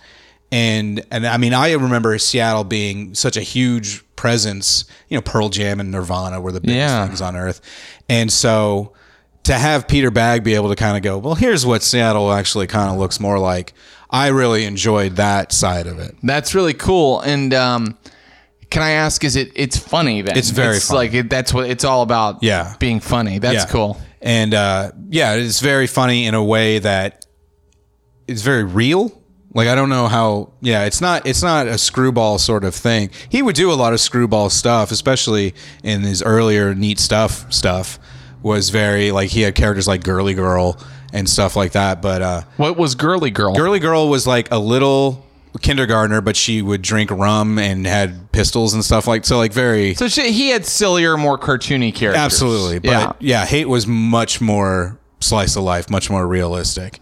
S4: and and I mean I remember Seattle being such a huge presence. You know, Pearl Jam and Nirvana were the biggest
S2: Yeah.
S4: things on earth, and so to have Peter Bagg be able to kind of go, well, here's what Seattle actually kind of looks more like. I really enjoyed that side of it.
S2: That's really cool. And um, can I ask? Is it it's funny then?
S4: It's very funny.
S2: like it, that's what it's all about.
S4: Yeah.
S2: being funny. That's
S4: Yeah.
S2: cool.
S4: And uh, yeah, it's very funny in a way that it's very real. Like I don't know how. Yeah, it's not it's not a screwball sort of thing. He would do a lot of screwball stuff, especially in his earlier neat stuff. Stuff was very like he had characters like Girly Girl and stuff like that. But uh,
S2: What was Girly Girl?
S4: Girly Girl was like a little kindergartner, but she would drink rum and had pistols and stuff like so. Like very
S2: so she, he had sillier, more cartoony characters.
S4: Absolutely. But yeah. hate was much more slice of life, much more realistic.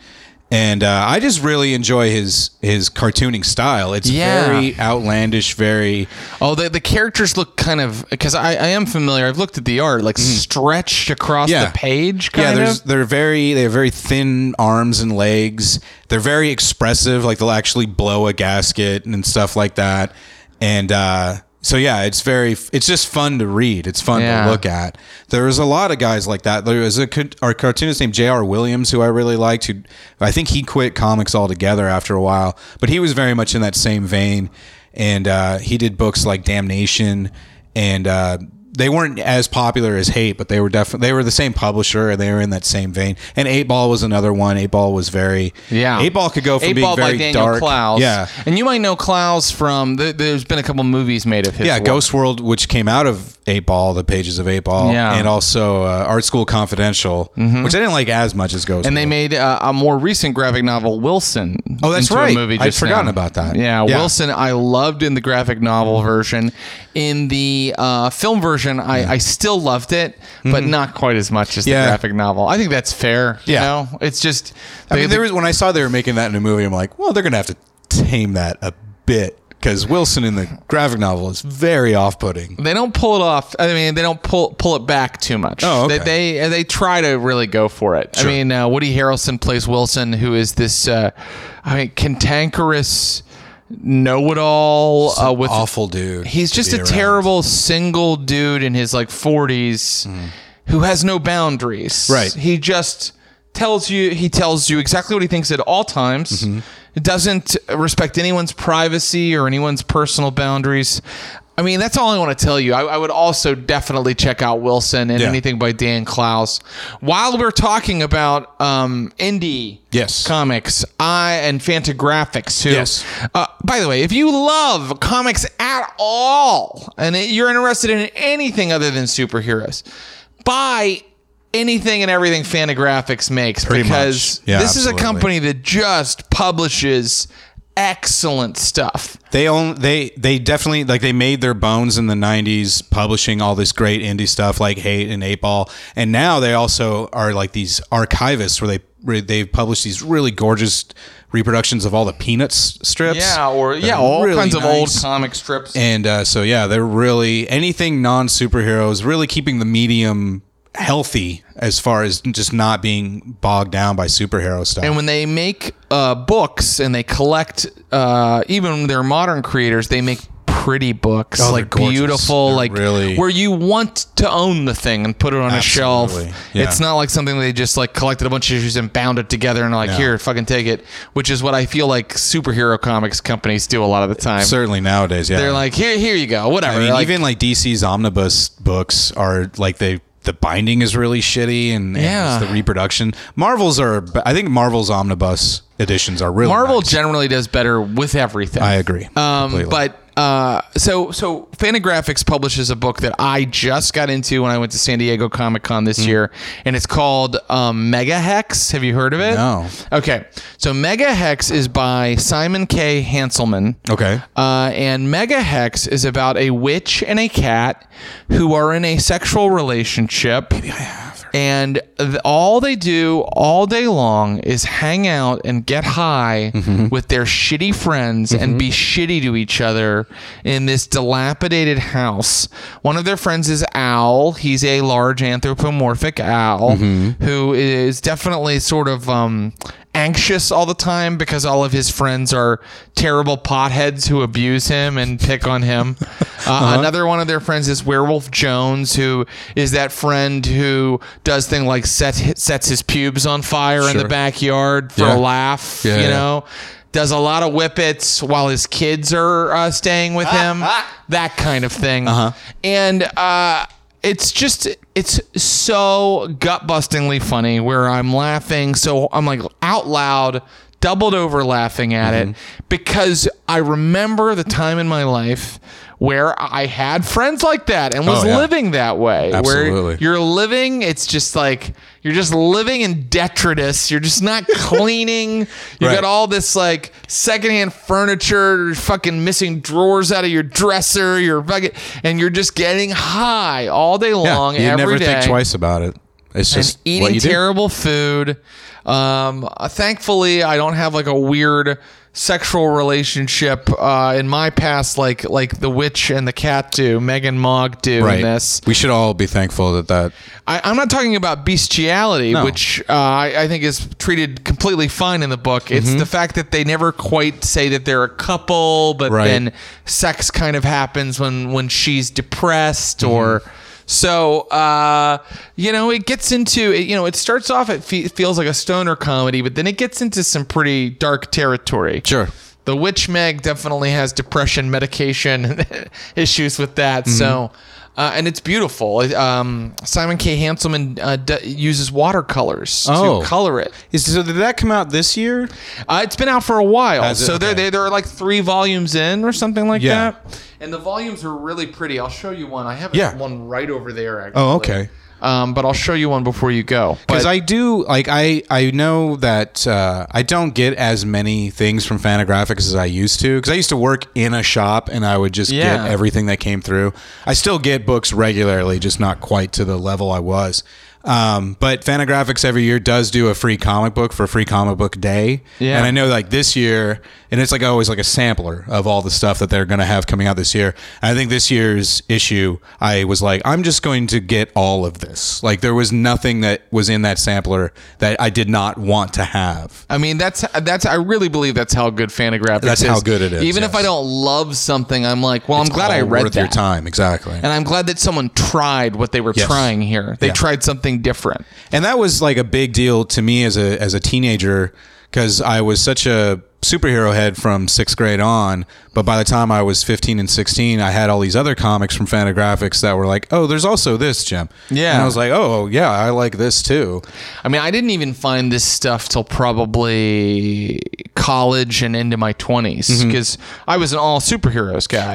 S4: And uh, I just really enjoy his his cartooning style. It's
S2: Yeah.
S4: very outlandish, very
S2: Oh, the, the characters look kind of because I, I am familiar. I've looked at the art, like stretched across
S4: Mm-hmm. yeah.
S2: the page.
S4: yeah,
S2: Kind
S4: there's
S2: of.
S4: they're very they have very thin arms and legs. They're very expressive, like they'll actually blow a gasket and stuff like that. And uh, so yeah, it's very it's just fun to read. It's fun
S2: Yeah.
S4: to look at. There was a lot of guys like that. There was a co- our cartoonist named J.R. Williams who I really liked. Who I think he quit comics altogether after a while, but he was very much in that same vein. And uh, he did books like Damnation, and uh, they weren't as popular as Hate, but they were definitely they were the same publisher and they were in that same vein. And Eight Ball was another one. Eight Ball was very
S2: Yeah,
S4: Eight Ball could go from
S2: Eight
S4: being
S2: Ball
S4: very
S2: by Daniel
S4: dark.
S2: Klaus.
S4: Yeah,
S2: and you might know Klaus from the, there's been a couple movies made of his.
S4: yeah,
S2: work.
S4: Ghost World, which came out of Eight Ball, the pages of Eight Ball,
S2: Yeah. Mm-hmm.
S4: and also uh, Art School Confidential, which I didn't like as much as Ghost.
S2: And they
S4: World.
S2: made uh, a more recent graphic novel, Wilson.
S4: Oh, that's
S2: into a
S4: right.
S2: movie
S4: I'd
S2: just
S4: forgotten
S2: now.
S4: about that.
S2: Yeah,
S4: Yeah.
S2: Wilson. I loved in the graphic novel version. In the uh, film version, I, I still loved it, but not quite as much as
S4: Mm-hmm. Yeah.
S2: the graphic novel. I think that's fair.
S4: Yeah.
S2: you know? it's just.
S4: I mean, there was when I saw they were making that in a movie, I'm like, well, they're gonna have to tame that a bit because Wilson in the graphic novel is very off-putting.
S2: they don't pull it off. I mean, they don't pull pull it back too much.
S4: Oh, okay.
S2: they, they they try to really go for it. I mean, uh, Woody Harrelson plays Wilson, who is this, uh, I mean, cantankerous know-it-all uh, with
S4: Awful dude.
S2: He's
S4: to
S2: just
S4: be
S2: a
S4: around.
S2: terrible single dude in his like 40s who has no boundaries.
S4: Mm-hmm. Right.
S2: He just tells you he tells you exactly what he thinks at all times.
S4: Mm-hmm.
S2: Doesn't respect anyone's privacy or anyone's personal boundaries. I mean, that's all I want to tell you. I, I would also definitely check out Wilson and
S4: Yeah.
S2: anything by Dan Klaus. While we're talking about um, indie
S4: Yes.
S2: comics, I and Fantagraphics too.
S4: Yes.
S2: Uh, by the way, if you love comics at all and it- you're interested in anything other than superheroes, buy anything and everything Fantagraphics makes
S4: Pretty
S2: because
S4: much. Yeah,
S2: this is
S4: absolutely.
S2: a company that just publishes excellent stuff.
S4: They own they they definitely like they made their bones in the '90s, publishing all this great indie stuff like Hate and Eight Ball, and now they also are like these archivists where they where they publish these really gorgeous reproductions of all the Peanuts strips.
S2: Yeah, or
S4: They're
S2: yeah, all
S4: really
S2: kinds of old
S4: nice.
S2: comic strips.
S4: And uh, so yeah, they're really anything non superheroes, really keeping the medium healthy as far as just not being bogged down by superhero stuff.
S2: And when they make uh, books and they collect, uh, even their modern creators, they make pretty books,
S4: Oh, they're
S2: like
S4: gorgeous.
S2: beautiful,
S4: They're
S2: like
S4: really-
S2: where you want to own the thing and put it on a
S4: Absolutely.
S2: shelf.
S4: Yeah.
S2: It's not like something they just like collected a bunch of issues and bound it together and like
S4: No.
S2: here, fucking take it, which is what I feel like superhero comics companies do a lot of the time.
S4: Certainly nowadays, yeah,
S2: They're like here, here you go, whatever.
S4: I mean,
S2: like,
S4: even like DC's omnibus books are like they the binding is really shitty and, and
S2: Yeah.
S4: the reproduction. Marvels are, I think Marvel's omnibus editions are really
S2: Marvel
S4: nice.
S2: generally does better with everything.
S4: I agree.
S2: Um,
S4: completely.
S2: but uh, so so Fantagraphics publishes a book that I just got into when I went to San Diego Comic Con
S4: Hmm.
S2: this year, and it's called um, Mega Hex. Have you heard of it?
S4: No.
S2: Okay, so Mega Hex is by Simon K. Hanselman.
S4: okay,
S2: Uh, and Mega Hex is about a witch and a cat who are in a sexual relationship. Maybe I have. And th- all they do all day long is hang out and get high with their shitty friends and be shitty to each other in this dilapidated house. One of their friends is Owl. He's a large anthropomorphic owl who is definitely sort of um, anxious all the time because all of his friends are terrible potheads who abuse him and pick on him. Uh,
S4: Uh-huh.
S2: Another one of their friends is Werewolf Jones, who is that friend who does thing like set sets his pubes on fire in the
S4: Sure.
S2: backyard for
S4: Yeah.
S2: a laugh,
S4: Yeah,
S2: you
S4: yeah.
S2: know. Does a lot of whippets while his kids are uh, staying
S4: Ah,
S2: with him, that kind of thing. Uh-huh. And uh, it's just it's so gut bustingly funny where I'm laughing so I'm like out loud doubled over laughing at it
S4: Mm-hmm.
S2: because I remember the time in my life where I had friends like that and was
S4: Oh, yeah.
S2: living that way.
S4: Absolutely.
S2: Where you're living, it's just like you're just living in detritus. You're just not cleaning. You
S4: Right.
S2: got all this like secondhand furniture, you're fucking missing drawers out of your dresser, your fucking, and you're just getting high all day long.
S4: you never
S2: every day
S4: think twice about it. It's
S2: and
S4: just what
S2: eating
S4: you do.
S2: terrible food. Um, uh, thankfully, I don't have like a weird sexual relationship uh, in my past, like like the witch and the cat do, Megan Mogg do in this.
S4: We should all be thankful that that.
S2: I, I'm not talking about bestiality, which uh, I, I think is treated completely fine in the book. It's
S4: Mm-hmm.
S2: the fact that they never quite say that they're a couple, but
S4: Right.
S2: then sex kind of happens when when she's depressed
S4: Mm-hmm.
S2: or. So uh, you know it gets into it, you know it starts off it fe- feels like a stoner comedy, but then it gets into some pretty dark territory.
S4: Sure.
S2: The Witch Meg definitely has depression medication issues with that. So,
S4: Mm-hmm.
S2: uh, and it's beautiful. It, Um, Simon K. Hanselman uh, d- uses watercolors
S4: Oh.
S2: to color it.
S4: Is, so did that come out this year?
S2: Uh, it's been out for a while,
S4: Has it?
S2: so there
S4: Okay.
S2: there there are like three volumes in or something like
S4: Yeah.
S2: that. And the volumes are really pretty. I'll show you one. I have
S4: Yeah.
S2: one right over there. Actually.
S4: Oh, okay.
S2: Um, but I'll show you one before you go.
S4: Because
S2: But-
S4: I do like I I know that uh, I don't get as many things from Fantagraphics as I used to because I used to work in a shop and I would just
S2: Yeah.
S4: get everything that came through. I still get books regularly, just not quite to the level I was. Um, but Fantagraphics every year does do a free comic book for Free Comic Book Day,
S2: Yeah.
S4: and I know like this year, and it's like always like a sampler of all the stuff that they're gonna have coming out this year. And I think this year's issue, I was like, I'm just going to get all of this. Like there was nothing that was in that sampler that I did not want to have.
S2: I mean, that's that's. I really believe that's how good Fantagraphics.
S4: That's
S2: is.
S4: how good it is,
S2: Even if
S4: yes.
S2: I don't love something, I'm like, well, I'm glad I
S4: All
S2: read
S4: worth
S2: that.
S4: your time exactly.
S2: And I'm glad that someone tried what they were
S4: Yes.
S2: trying here. They
S4: Yeah.
S2: tried something different.
S4: and that was like a big deal to me as a as a teenager because I was such a superhero head from sixth grade on. But by the time I was fifteen and sixteen, I had all these other comics from Fantagraphics that were like, "Oh, there's also this, Jim."
S2: Yeah.
S4: and I was like, "Oh, yeah, I like this too."
S2: I mean, I didn't even find this stuff till probably college and into my
S4: Mm-hmm.
S2: 20s because I was an all superheroes guy.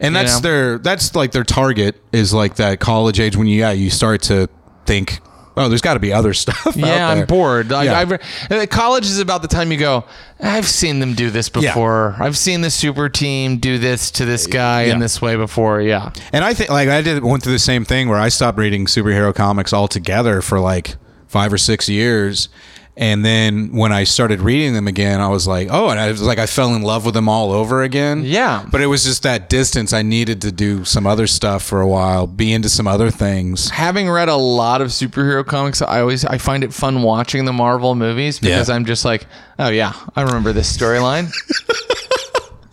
S4: and
S2: You
S4: that's
S2: know?
S4: their that's like their target is like that college age when you yeah you start to think. Oh, there's got to be other stuff. out
S2: Yeah, I'm
S4: there."
S2: bored. Like,
S4: Yeah.
S2: I've, uh, college is about the time you go. I've seen them do this before. I've seen the super team do this to this guy in
S4: Uh, Yeah.
S2: this way before. Yeah,
S4: And I think like I did went through the same thing where I stopped reading superhero comics altogether for like five or six years. And then when I started reading them again, I was like, oh, and I was like, I fell in love with them all over again.
S2: Yeah.
S4: But it was just that distance. I needed to do some other stuff for a while, be into some other things.
S2: having read a lot of superhero comics, I always I find it fun watching the Marvel movies because
S4: Yeah.
S2: I'm just like, oh yeah, I remember this storyline.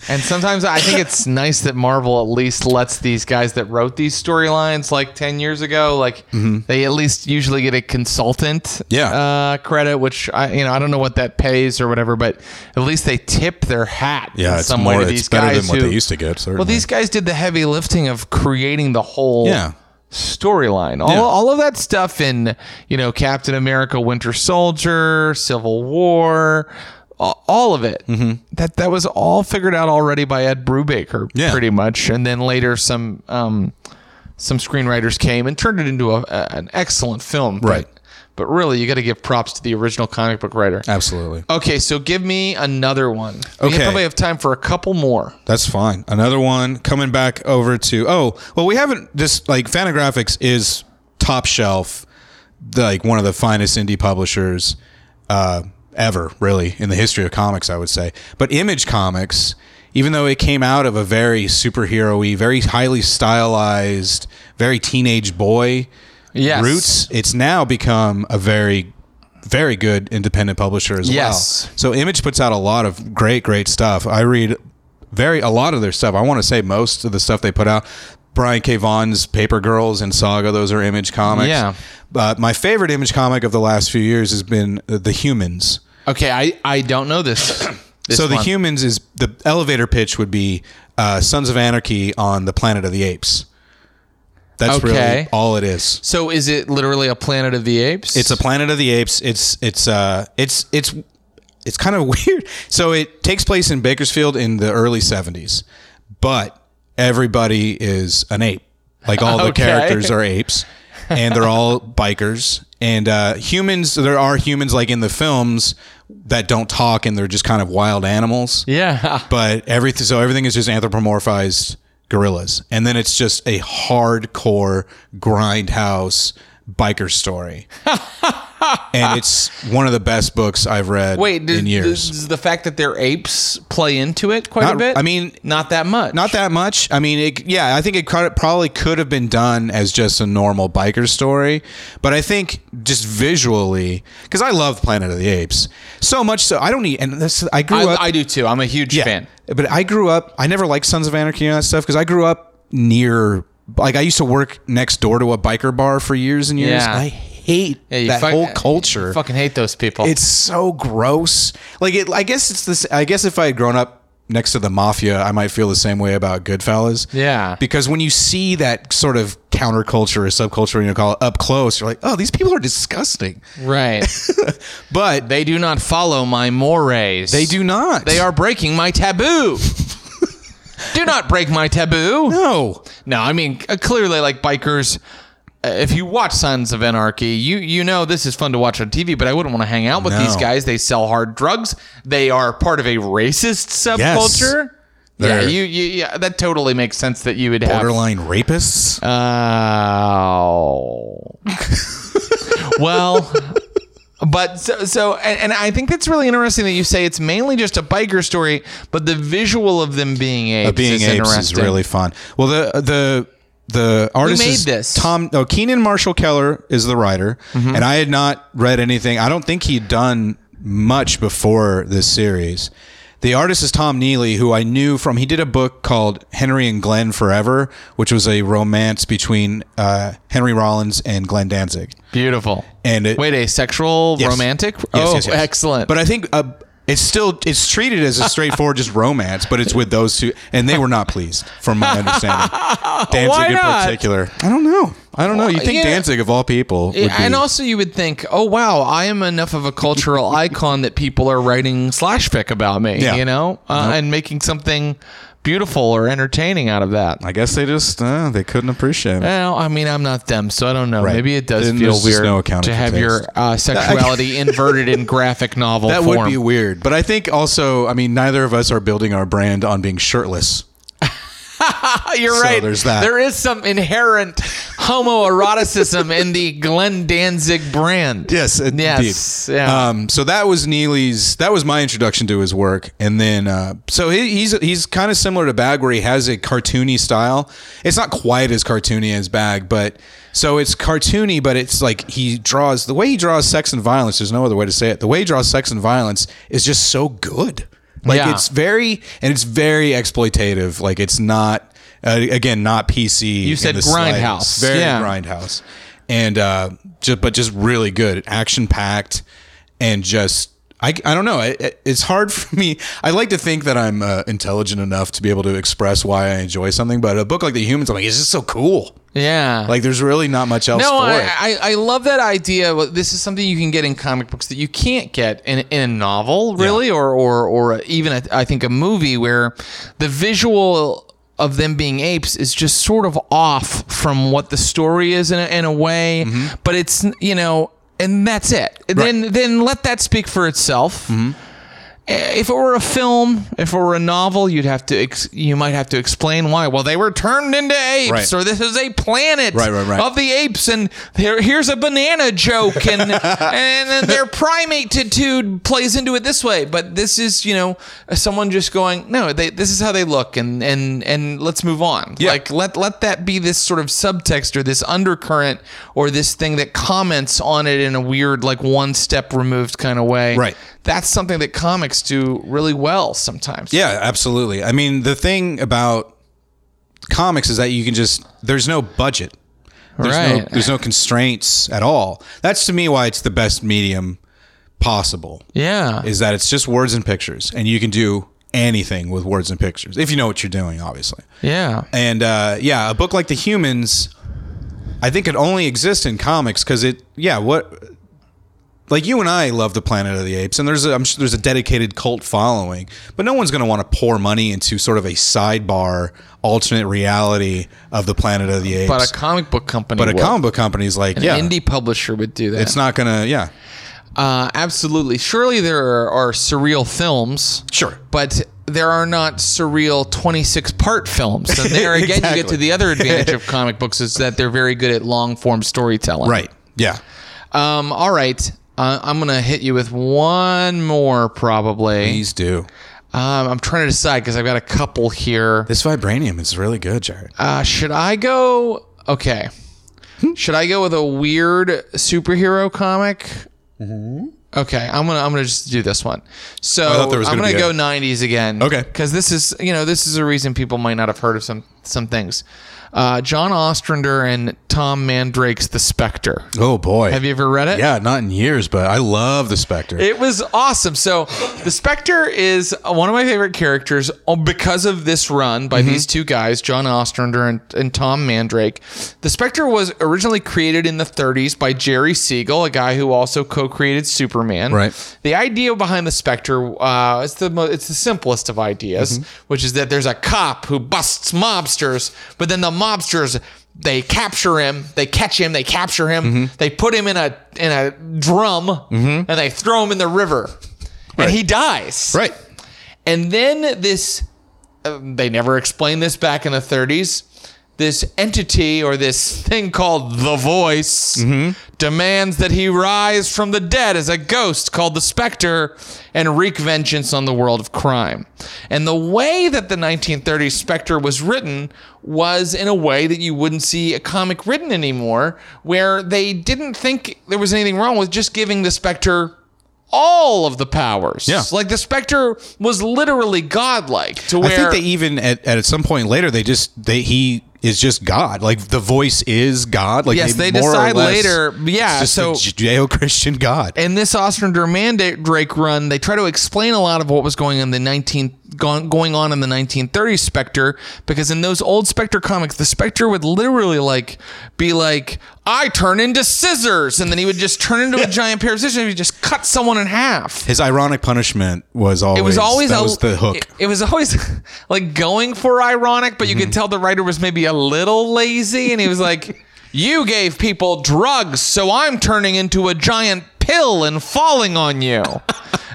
S2: and sometimes I think it's nice that Marvel at least lets these guys that wrote these storylines like 10 years ago, like they at least usually get a consultant
S4: Mm-hmm. Yeah.
S2: uh, credit, which I you know I don't know what that pays or whatever, but at least they tip their hat in some way to these guys who,
S4: to get. Certainly.
S2: well, these guys did the heavy lifting of creating the whole
S4: Yeah.
S2: storyline. All,
S4: Yeah.
S2: all of that stuff in, you know, Captain America, Winter Soldier, Civil War, a- all of it. Mm-hmm. That that was all figured out already by Ed Brubaker,
S4: Yeah.
S2: pretty much. And then later, some um, some screenwriters came and turned it into a, a- an excellent film. But-
S4: Right.
S2: But really, you got to give props to the original comic book writer.
S4: Absolutely.
S2: Okay, so give me another one. We
S4: Uh, Okay.
S2: probably have time for a couple more.
S4: That's fine. Another one coming back over to oh well we haven't just like Fantagraphics is top shelf, the- like one of the finest indie publishers uh, ever, really in the history of comics, I would say. But Image Comics, even though it came out of a very superhero-y, very highly stylized, very teenage boy
S2: Yes.
S4: roots, it's now become a very very good independent publisher as
S2: Yes.
S4: well. So Image puts out a lot of great, great stuff. I read very a lot of their stuff. I want to say most of the stuff they put out. Brian K. Vaughan's Paper Girls and Saga; those are Image comics.
S2: Yeah.
S4: But my favorite Image comic of the last few years has been uh, The Humans.
S2: Okay, I, I don't know this. this
S4: so The
S2: one.
S4: Humans is the elevator pitch would be uh, Sons of Anarchy on the Planet of the Apes. That's
S2: Okay.
S4: really all it is.
S2: So is it literally a Planet of the Apes?
S4: It's a Planet of the Apes. It's it's uh it's it's it's kind of weird. So it takes place in Bakersfield in the early 70s, but everybody is an ape. Like all the
S2: Okay.
S4: characters are apes and they're all bikers and uh, humans. There are humans like in the films that don't talk and they're just kind of wild animals.
S2: Yeah.
S4: But everything, so everything is just anthropomorphized gorillas. And then it's just a hardcore grindhouse biker story. and it's one of the best books I've read
S2: Wait, does,
S4: in years.
S2: does the fact that they're apes play into it quite
S4: Not-
S2: a bit?
S4: I mean-
S2: not that much.
S4: Not that much. I mean, it, yeah, I think it could, probably could have been done as just a normal biker story, but I think just visually, because I love Planet of the Apes so much so I don't need. And this I grew
S2: I,
S4: up.
S2: I do too. I'm a huge
S4: yeah,
S2: fan.
S4: but I grew up. I never liked Sons of Anarchy and that stuff because I grew up near. Like I used to work next door to a biker bar for years and years.
S2: Yeah.
S4: I hate
S2: Yeah, you
S4: that
S2: fuck-
S4: whole
S2: you
S4: culture.
S2: fucking hate those people.
S4: It's so gross. Like it, I guess it's this. I guess if I had grown up next to the mafia, I might feel the same way about Goodfellas.
S2: Yeah.
S4: because when you see that sort of counterculture or subculture, you call it up close, you're like, oh, these people are disgusting.
S2: right.
S4: But they,
S2: they do not follow my mores.
S4: they do not.
S2: They are breaking my taboo. do not break my taboo.
S4: no.
S2: No, I mean uh, clearly, like bikers. uh, If you watch Sons of Anarchy, you you know this is fun to watch on TV, but I wouldn't want to hang out with
S4: No.
S2: these guys. They sell hard drugs. They are part of a racist subculture. Yeah,
S4: They're-
S2: you, you yeah, that totally makes sense that you would have.
S4: Borderline rapists.
S2: Oh. well, but so, so and, and I think that's really interesting that you say it's mainly just a biker story, but the visual of them being apes
S4: being
S2: is
S4: apes is
S2: interesting.
S4: really fun. Well, the the the artist
S2: made
S4: is
S2: this? Mm-hmm.
S4: Tom. Oh, Keenan Marshall Keller is the writer, and I had not read anything. I don't think he'd done much before this series. The artist is Tom Neely, who I knew from. He did a book called Henry and Glenn Forever, which was a romance between uh, Henry Rollins and Glenn Danzig.
S2: beautiful.
S4: And it,
S2: Wait, a sexual
S4: Yes.
S2: romantic?
S4: Yes,
S2: oh,
S4: yes, yes.
S2: excellent.
S4: But I think uh, it's still it's treated as a straightforward just romance, but it's with those two, and they were not pleased, from my understanding. Danzig
S2: Why
S4: in
S2: not?
S4: particular. I don't know. I don't know. You think
S2: yeah.
S4: Danzig of all people? Would
S2: Yeah, and
S4: be-
S2: also you would think, oh wow, I am enough of a cultural icon that people are writing slash fic about me,
S4: Yeah.
S2: you know, uh, and making something beautiful or entertaining out of that.
S4: I guess they just uh, they couldn't appreciate it.
S2: Well, I mean, I'm not them, so I don't know.
S4: Right.
S2: Maybe it does
S4: Then
S2: feel
S4: there's just
S2: weird
S4: no accounting
S2: to
S4: for
S2: have
S4: taste.
S2: your uh, sexuality inverted in graphic novel
S4: That
S2: form.
S4: would be weird, but I think also, I mean, neither of us are building our brand on being shirtless.
S2: You're
S4: So
S2: right.
S4: there's that.
S2: There is some inherent homoeroticism in the Glenn Danzig brand.
S4: Yes, indeed.
S2: Yes, yeah.
S4: Um, so that was Neely's. That was my introduction to his work, and then uh, so he, he's he's kind of similar to Bag, where he has a cartoony style. It's not quite as cartoony as Bag, but so it's cartoony, but it's like he draws the way he draws sex and violence. There's no other way to say it. The way he draws sex and violence is just so good. Like
S2: Yeah.
S4: it's very and it's very exploitative. Like it's not. Uh, again, not PC.
S2: You
S4: in
S2: said
S4: the
S2: Grindhouse.
S4: slightest. Very
S2: Yeah.
S4: Grindhouse, and uh, just but just really good, action packed, and just I, I don't know. I- I it's hard for me. I like to think that I'm uh, intelligent enough to be able to express why I enjoy something, but a book like The Humans, I'm like, it's just so cool.
S2: yeah.
S4: Like, there's really not much else
S2: No,
S4: for
S2: I,
S4: it.
S2: I, I love that idea. Well, This is something you can get in comic books that you can't get in, in a novel, really, or, or, or even, a, I think, a movie where the visual of them being apes is just sort of off from what the story is in a, in a way.
S4: Mm-hmm.
S2: But it's, you know, and that's it. Then, then let that speak for itself.
S4: Mm-hmm.
S2: Eh, If it were a film, if it were a novel, you'd have to ex- you might have to explain why. Well, they were turned into apes,
S4: Right.
S2: or this is a planet
S4: Right, right, right.
S2: of the apes, and here, here's a banana joke, and and then their primatitude plays into it this way. But this is you know someone just going, no, they, this is how they look, and and and let's move on.
S4: Yeah.
S2: Like let let that be this sort of subtext or this undercurrent or this thing that comments on it in a weird like one step removed kind of way
S4: Right.
S2: that's something that comics do really well sometimes.
S4: Yeah, absolutely. I mean, the thing about comics is that you can just there's no budget. There's no
S2: Right.
S4: there's no constraints at all. That's to me why it's the best medium possible.
S2: Yeah.
S4: Is that it's just words and pictures and you can do anything with words and pictures if you know what you're doing obviously.
S2: yeah.
S4: And uh, yeah, a book like The Humans, I think it only exists in comics because it, yeah, what like you and I love the Planet of the Apes, and there's a, I'm sure there's a dedicated cult following, but no one's going to want to pour money into sort of a sidebar alternate reality of the Planet of the Apes.
S2: But a comic book company.
S4: But a
S2: would.
S4: comic book company's like,
S2: An
S4: yeah,
S2: indie publisher would do that.
S4: it's not going to, yeah,
S2: Uh, absolutely. Surely there are, are surreal films.
S4: Sure.
S2: But there are not surreal 26 part films. And there again, you get to
S4: Exactly.
S2: the other advantage of comic books is that they're very good at long form storytelling.
S4: right, yeah.
S2: Um, all right. Uh, I'm going to hit you with one more probably.
S4: These do.
S2: Um, I'm trying to decide because I've got a couple here.
S4: This vibranium is really good, Jared.
S2: Uh, should I go? Okay. Should I go with a weird superhero comic? Okay, I'm gonna I'm gonna just do this one. So
S4: Mm-hmm. I thought there was
S2: I'm
S4: gonna
S2: gonna
S4: be
S2: go
S4: a-
S2: 90s again.
S4: Okay.
S2: because this is you know this is a reason people might not have heard of some some things. Uh, John Ostrander and Tom Mandrake's The Spectre.
S4: Oh boy.
S2: Have you ever read it?
S4: Yeah, not in years, but I love the Spectre.
S2: It was awesome. So the Spectre is one of my favorite characters uh, because of this run by these two guys, John Ostrander and, and Tom Mandrake. The Spectre was originally created in the 30s by Jerry Siegel, a guy who also co-created Superman.
S4: Right.
S2: The idea behind the Spectre, uh, it's the mo- it's the simplest of ideas,
S4: Mm-hmm.
S2: which is that there's a cop who busts mobsters, but then the mobsters they capture him, they catch him, they capture him,
S4: Mm-hmm.
S2: they put him in a in a drum, and they throw him in the river, and he dies.
S4: right.
S2: And then this, uh, they never explained this back in the 30s. This entity or this thing called the voice
S4: Mm-hmm.
S2: demands that he rise from the dead as a ghost called the specter and wreak vengeance on the world of crime. And the way that the 1930s specter was written was in a way that you wouldn't see a comic written anymore, where they didn't think there was anything wrong with just giving the specter all of the powers.
S4: Yeah.
S2: Like the Spectre was literally godlike to
S4: I
S2: where
S4: think they even at, at some point later they just they he is just God. Like the voice is God. Like
S2: Yes, they
S4: more or
S2: decide
S4: less-
S2: later, yeah,
S4: It's just
S2: so-
S4: a Judeo-Christian God.
S2: in this Ostrander Mandate Drake run, they try to explain a lot of what was going on in the 19 going, going on in the 1930s Spectre because in those old Spectre comics, the Spectre would literally like be like, "I turn into scissors," and then he would just turn into a giant pair of scissors and he would just cut someone in half.
S4: His ironic punishment was always
S2: it was always
S4: that
S2: a-
S4: was the hook.
S2: It, it was always like going for ironic, but you
S4: Mm-hmm.
S2: could tell the writer was maybe a little lazy, and he was like, "You gave people drugs, so I'm turning into a giant pill and falling on you."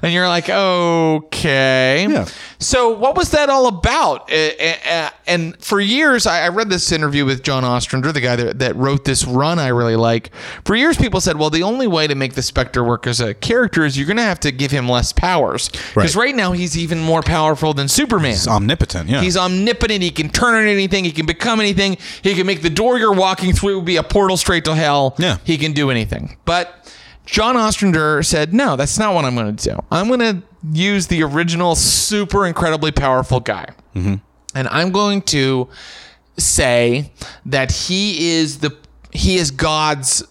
S2: and you're like, "Okay."
S4: Yeah.
S2: So what was that all about? Uh, uh, uh, And for years, I I read this interview with John Ostrander, the guy that, that wrote this run I really like. For years, people said, well, the only way to make the Spectre work as a character is you're going to have to give him less powers. Because
S4: Right.
S2: right. now, he's even more powerful than Superman.
S4: He's omnipotent, yeah.
S2: He's omnipotent. He can turn into anything. He can become anything. He can make the door you're walking through be a portal straight to hell.
S4: Yeah.
S2: He can do anything. But John Ostrander said, no, that's not what I'm going to do. I'm going to use the original super incredibly powerful guy.
S4: Mm-hmm.
S2: And I'm going to say that he is the he is God's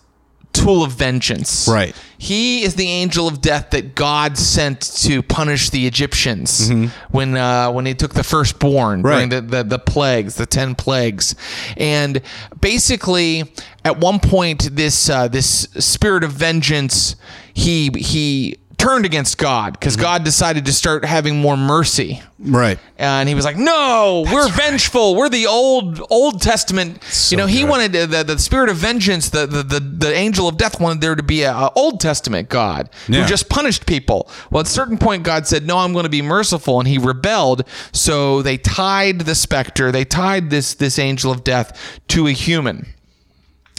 S2: tool of vengeance.
S4: Right.
S2: He is the angel of death that God sent to punish the Egyptians when uh, when he took the firstborn during
S4: Right.
S2: the, the the plagues, the ten plagues, and basically at one point this uh, this spirit of vengeance he he turned against God because God decided to start having more mercy
S4: right.
S2: and he was like, "No, we're vengeful. We're the old Old Testament. you know, he
S4: good.
S2: wanted the, the the spirit of vengeance. The, the the the angel of death wanted there to be a, a Old Testament God
S4: Yeah.
S2: who just punished people. Well, at a certain point, God said, "No, I'm going to be merciful," and he rebelled. So they tied the specter. They tied this this angel of death to a human.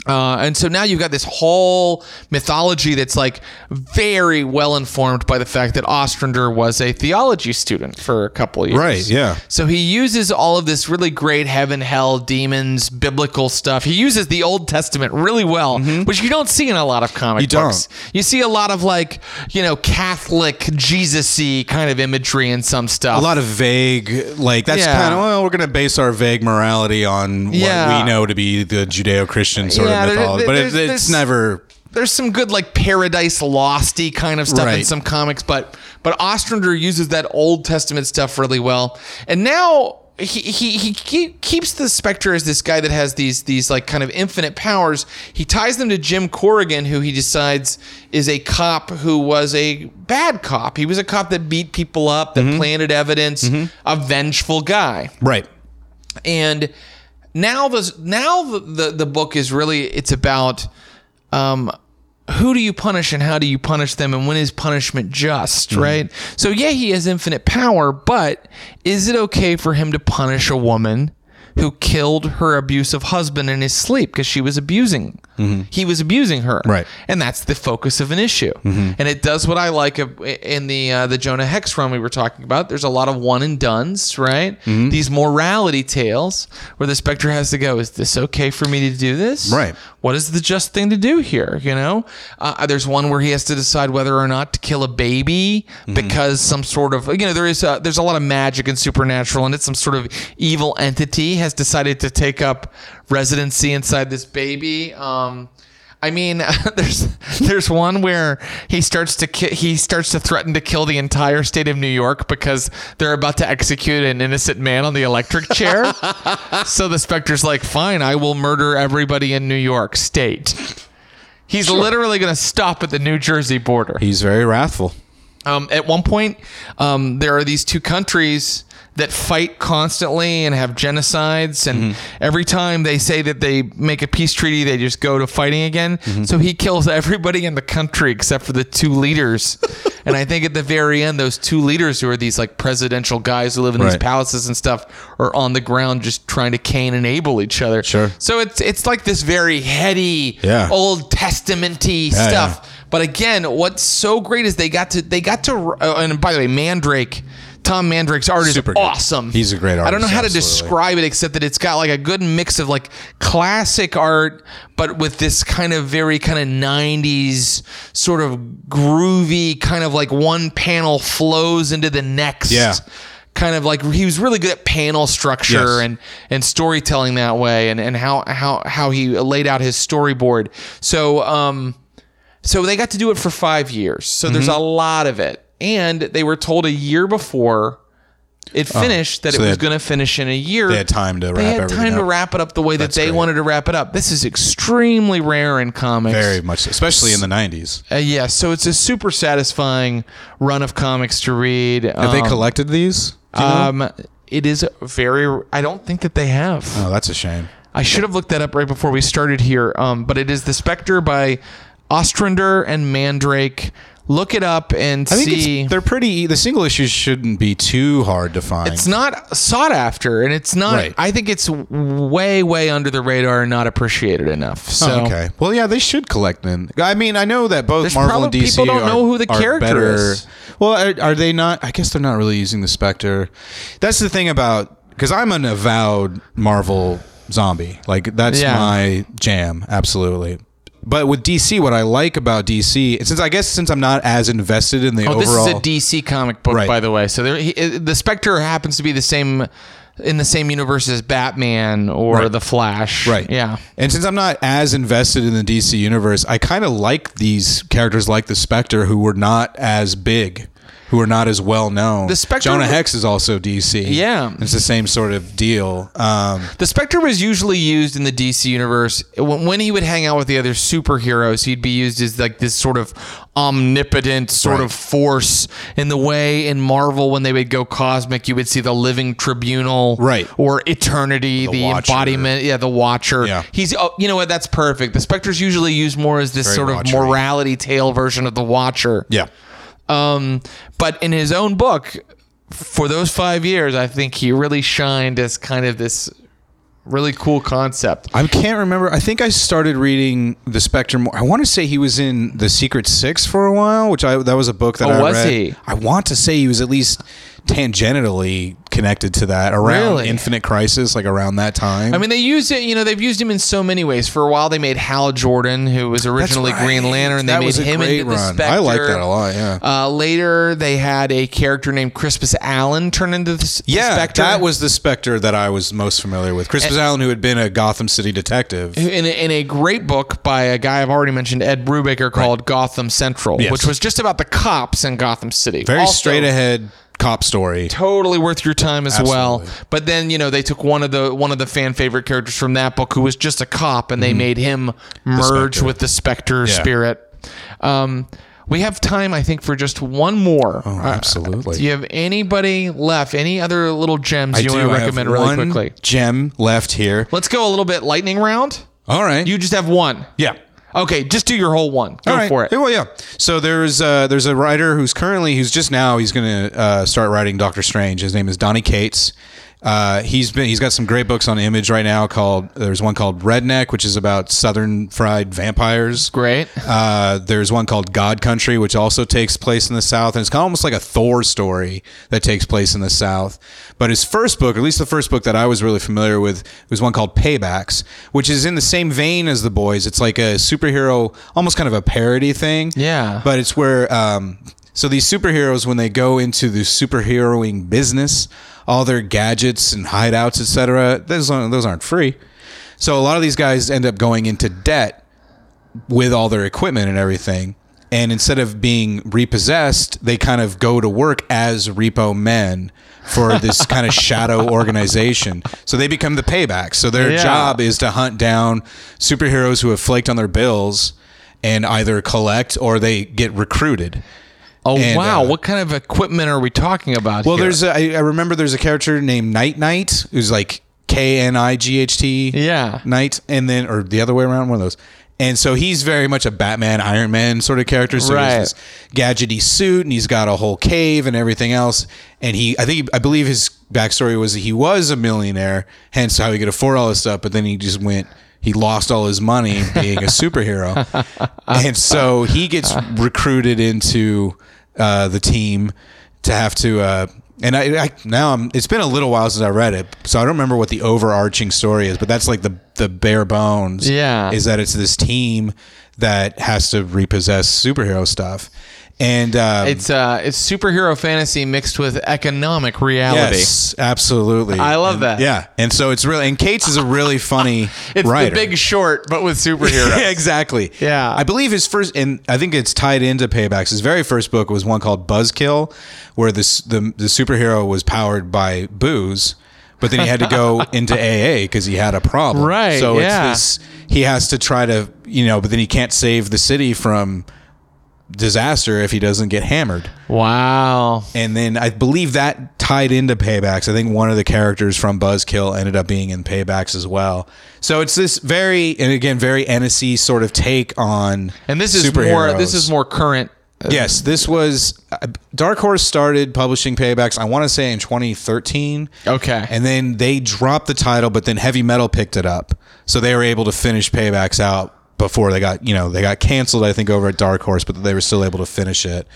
S2: Uh, and so now you've got this whole mythology that's like very well informed by the fact that Ostrander was a theology student for a couple years.
S4: Right, yeah.
S2: So he uses all of this really great heaven, hell, demons, biblical stuff. He uses the Old Testament really well, which you don't see in a lot of comic
S4: Mm-hmm. You don't.
S2: books. You see a lot of like, you know, Catholic Jesus-y kind of imagery and some stuff.
S4: A lot of vague, like that's
S2: Yeah.
S4: kind of well, we're going to base our vague morality on what
S2: Yeah.
S4: we know to be the Judeo-Christian
S2: Yeah,
S4: sort of
S2: there- there-
S4: mythology, but
S2: there's-
S4: it, it's
S2: there's-
S4: never
S2: there's some good like paradise losty kind of stuff in
S4: Right.
S2: some comics, but but Ostrander uses that Old Testament stuff really well. And now he, he, he keep, keeps the Spectre as this guy that has these these like kind of infinite powers. He ties them to Jim Corrigan, who he decides is a cop who was a bad cop. He was a cop that beat people up, that planted evidence, a vengeful guy
S4: Right.
S2: and now the now the, the the book is really it's about um who do you punish and how do you punish them and when is punishment just right so yeah he has infinite power but is it okay for him to punish a woman who killed her abusive husband in his sleep because she was abusing he was abusing her
S4: Right.
S2: and that's the focus of an issue and it does what i like of- in the uh, the jonah hex run we were talking about there's a lot of one and done's right these morality tales where the spectre has to go is this okay for me to do this
S4: Right.
S2: what is the just thing to do here you know uh, there's one where he has to decide whether or not to kill a baby because some sort of you know there is a, there's a lot of magic and supernatural and it's some sort of evil entity has decided to take up residency inside this baby um I mean, there's there's one where he starts to ki- he starts to threaten to kill the entire state of New York because they're about to execute an innocent man on the electric chair. so the specter's like, "Fine, I will murder everybody in New York State." He's literally going to stop at the New Jersey border.
S4: He's very wrathful.
S2: Um, at one point, um, there are these two countries that fight constantly and have genocides,
S4: Mm-hmm.
S2: and every time they say that they make a peace treaty, they just go to fighting again.
S4: Mm-hmm.
S2: So he kills everybody in the country except for the two leaders. and I think at the very end, those two leaders who are these like presidential guys who live in these
S4: Right.
S2: palaces and stuff are on the ground just trying to cane and able each other.
S4: Sure.
S2: So it's it's like this very heady,
S4: Yeah.
S2: Old Testamenty
S4: yeah.
S2: stuff. But again, what's so great is they got to they got to uh, and by the way, Mandrake, Tom Mandrake's art
S4: Super
S2: is
S4: good.
S2: awesome.
S4: He's a great
S2: I don't know
S4: artist,
S2: how to
S4: absolutely.
S2: describe it except that it's got like a good mix of like classic art, but with this kind of very kind of '90s sort of groovy kind of like one panel flows into the next.
S4: Yeah.
S2: Kind of like he was really good at panel structure
S4: Yes.
S2: and and storytelling that way, and and how how how he laid out his storyboard. So um, so they got to do it for five years. So there's
S4: Mm-hmm.
S2: a lot of it. And they were told a year before it finished that
S4: Oh, so
S2: it
S4: they
S2: was
S4: had-
S2: going to finish in a year.
S4: They had time to
S2: They
S4: wrap
S2: had
S4: everything
S2: time to
S4: up.
S2: wrap it up the way
S4: That's
S2: that they
S4: great.
S2: wanted to wrap it up. This is extremely rare in comics.
S4: Very much, so, especially in the '90s.
S2: Uh, yeah, so it's a super satisfying run of comics to read.
S4: Have they
S2: Um,
S4: collected these? Do you know?
S2: um, it is very. I don't think that they have.
S4: oh, that's a shame.
S2: I should have looked that up right before we started here. Um, but it is the Spectre by Ostrander and Mandrake. Look it up and
S4: I think
S2: see.
S4: it's,
S2: It's,
S4: they're pretty. e, The single issues shouldn't be too hard to find.
S2: not sought after, and it's not.
S4: Right.
S2: I think it's way, way under the radar and not appreciated enough. So
S4: Oh, okay. Well, yeah, they should collect them. I mean, I know that both
S2: There's
S4: Marvel and
S2: probably-
S4: DC
S2: people don't
S4: are,
S2: know who the
S4: are
S2: character
S4: better.
S2: is.
S4: Well, are, are they not? I guess they're not really using the Spectre. That's the thing about because I'm an avowed Marvel zombie. Like that's
S2: Yeah.
S4: my jam, absolutely. But with DC, what I like about DC, since I guess since I'm not as invested in the
S2: Oh,
S4: overall,
S2: this is a DC comic book,
S4: Right.
S2: by the way. So there, he, it- the Spectre happens to be the same in the same universe as Batman or
S4: Right.
S2: the Flash.
S4: Right.
S2: Yeah.
S4: And since I'm not as invested in the DC universe, I kind of like these characters like the Spectre who were not as big, who were not as well known.
S2: The Spectre-
S4: Jonah Hex is also DC.
S2: Yeah.
S4: It's the same sort of deal. Um,
S2: The Spectre was usually used in the DC universe when, when he would hang out with the other superheroes. He'd be used as like this sort of omnipotent sort
S4: Right.
S2: of force. In the way in Marvel, when they would go cosmic, you would see the Living Tribunal,
S4: Right.
S2: or Eternity, the,
S4: Watcher.
S2: embodiment, yeah, the Watcher.
S4: Yeah.
S2: He's, oh, you know what? That's perfect. The Spectre's usually used more as this
S4: Very
S2: sort
S4: Watchery.
S2: of morality tale version of the Watcher.
S4: yeah.
S2: Um, but in his own book, for those five years, I think he really shined as kind of this really cool concept.
S4: I can't remember. I think I started reading the Spectre. More, I want to say he was in the Secret Six for a while, which I that was a book that
S2: Oh,
S4: I
S2: was
S4: read.
S2: he?
S4: I want to say he was at least tangentially connected to that around
S2: Really?
S4: Infinite Crisis, like around that time.
S2: I mean, they use it. You know, they've used him in so many ways. For a while, they made Hal Jordan, who was originally
S4: right.
S2: Green Lantern. They
S4: That
S2: made
S4: was a
S2: him
S4: great
S2: into the
S4: run.
S2: Spectre.
S4: I like that a lot, yeah.
S2: Uh, later, they had a character named Crispus Allen turn into the, s- the
S4: Yeah,
S2: Spectre.
S4: that was the Spectre that I was most familiar with. Crispus Allen, who had been a Gotham City detective.
S2: in a, in a great book by a guy I've already mentioned, Ed Brubaker, called Gotham Central,
S4: Yes.
S2: which was just about the cops in Gotham City.
S4: Very
S2: Also-
S4: straight ahead cop story.
S2: totally worth your time as well.
S4: Absolutely.
S2: But then you know they took one of the one of the fan favorite characters from that book who was just a cop, and they made him merge
S4: Mm-hmm. Spectre.
S2: with the Spectre spirit. Um, we have time, I think, for just one more. Uh,
S4: Oh, absolutely.
S2: Do you have anybody left? Any other little gems you want to
S4: have
S2: recommend really
S4: one
S2: quickly?
S4: Gem left here.
S2: Let's go a little bit lightning round.
S4: All right.
S2: You just have one.
S4: yeah.
S2: Okay, just do your whole one. Go
S4: All right.
S2: for it.
S4: Yeah, Well, yeah. So there's uh, there's a writer who's currently who's just now he's going to uh, start writing Doctor Strange. His name is Donnie Cates. Uh, he's been he's got some great books on Image right now called there's one called Redneck, which is about Southern fried vampires.
S2: Great.
S4: Uh, there's one called God Country, which also takes place in the South, and it's kind of almost like a Thor story that takes place in the South. But his first book, at least the first book that I was really familiar with, was one called Paybacks, which is in the same vein as The Boys. It's like a superhero, almost kind of a parody thing.
S2: Yeah.
S4: But it's where um, so these superheroes, when they go into the superheroing business, all their gadgets and hideouts, etc., those aren't- those aren't free. So a lot of these guys end up going into debt with all their equipment and everything. And instead of being repossessed, they kind of go to work as repo men for this kind of shadow organization. So they become the paybacks. So their
S2: Yeah.
S4: job is to hunt down superheroes who have flaked on their bills and either collect or they get recruited.
S2: Oh
S4: and,
S2: wow,
S4: uh,
S2: what kind of equipment are we talking about?
S4: Well,
S2: here?
S4: there's a, I, I remember there's a character named Night Knight who's like K N I G H T.
S2: Yeah.
S4: Knight, and then or the other way around, one of those. And so he's very much a Batman, Iron Man sort of character. So
S2: Right.
S4: he's this gadgety suit, and he's got a whole cave and everything else. And he, I think, I believe his backstory was that he was a millionaire, hence how he could afford all this stuff. But then he just went, he lost all his money being a superhero,
S2: Uh,
S4: and so he gets recruited into uh, the team to have to. Uh, and I, I now I'm. It's been a little while since I read it, so I don't remember what the overarching story is. But that's like the the bare bones.
S2: Yeah.
S4: is that it's this team that has to repossess superhero stuff, and um,
S2: It's uh, it's superhero fantasy mixed with economic reality.
S4: yes, absolutely.
S2: I love
S4: And-
S2: that.
S4: Yeah, and so it's really and Kate's is a really funny
S2: It's
S4: writer.
S2: the Big Short, but with superheroes.
S4: yeah, exactly.
S2: Yeah.
S4: I believe his first, and I think it's tied into Paybacks. His very first book was one called Buzzkill, where this the the superhero was powered by booze, but then he had to go into AA because he had a problem.
S2: Right,
S4: So
S2: yeah.
S4: it's this. He has to try to you know, but then he can't save the city from disaster if he doesn't get hammered.
S2: Wow.
S4: And then I believe that tied into Paybacks. I think one of the characters from Buzzkill ended up being in Paybacks as well. So it's this very, and again, very NSC sort of take on
S2: And this is
S4: superheroes.
S2: more this is more current.
S4: yes. This was uh, Dark Horse started publishing Paybacks. I want to say in 2013.
S2: Okay.
S4: And then they dropped the title, but then Heavy Metal picked it up, so they were able to finish Paybacks out before they got you know they got canceled. I think over at Dark Horse, but they were still able to finish it.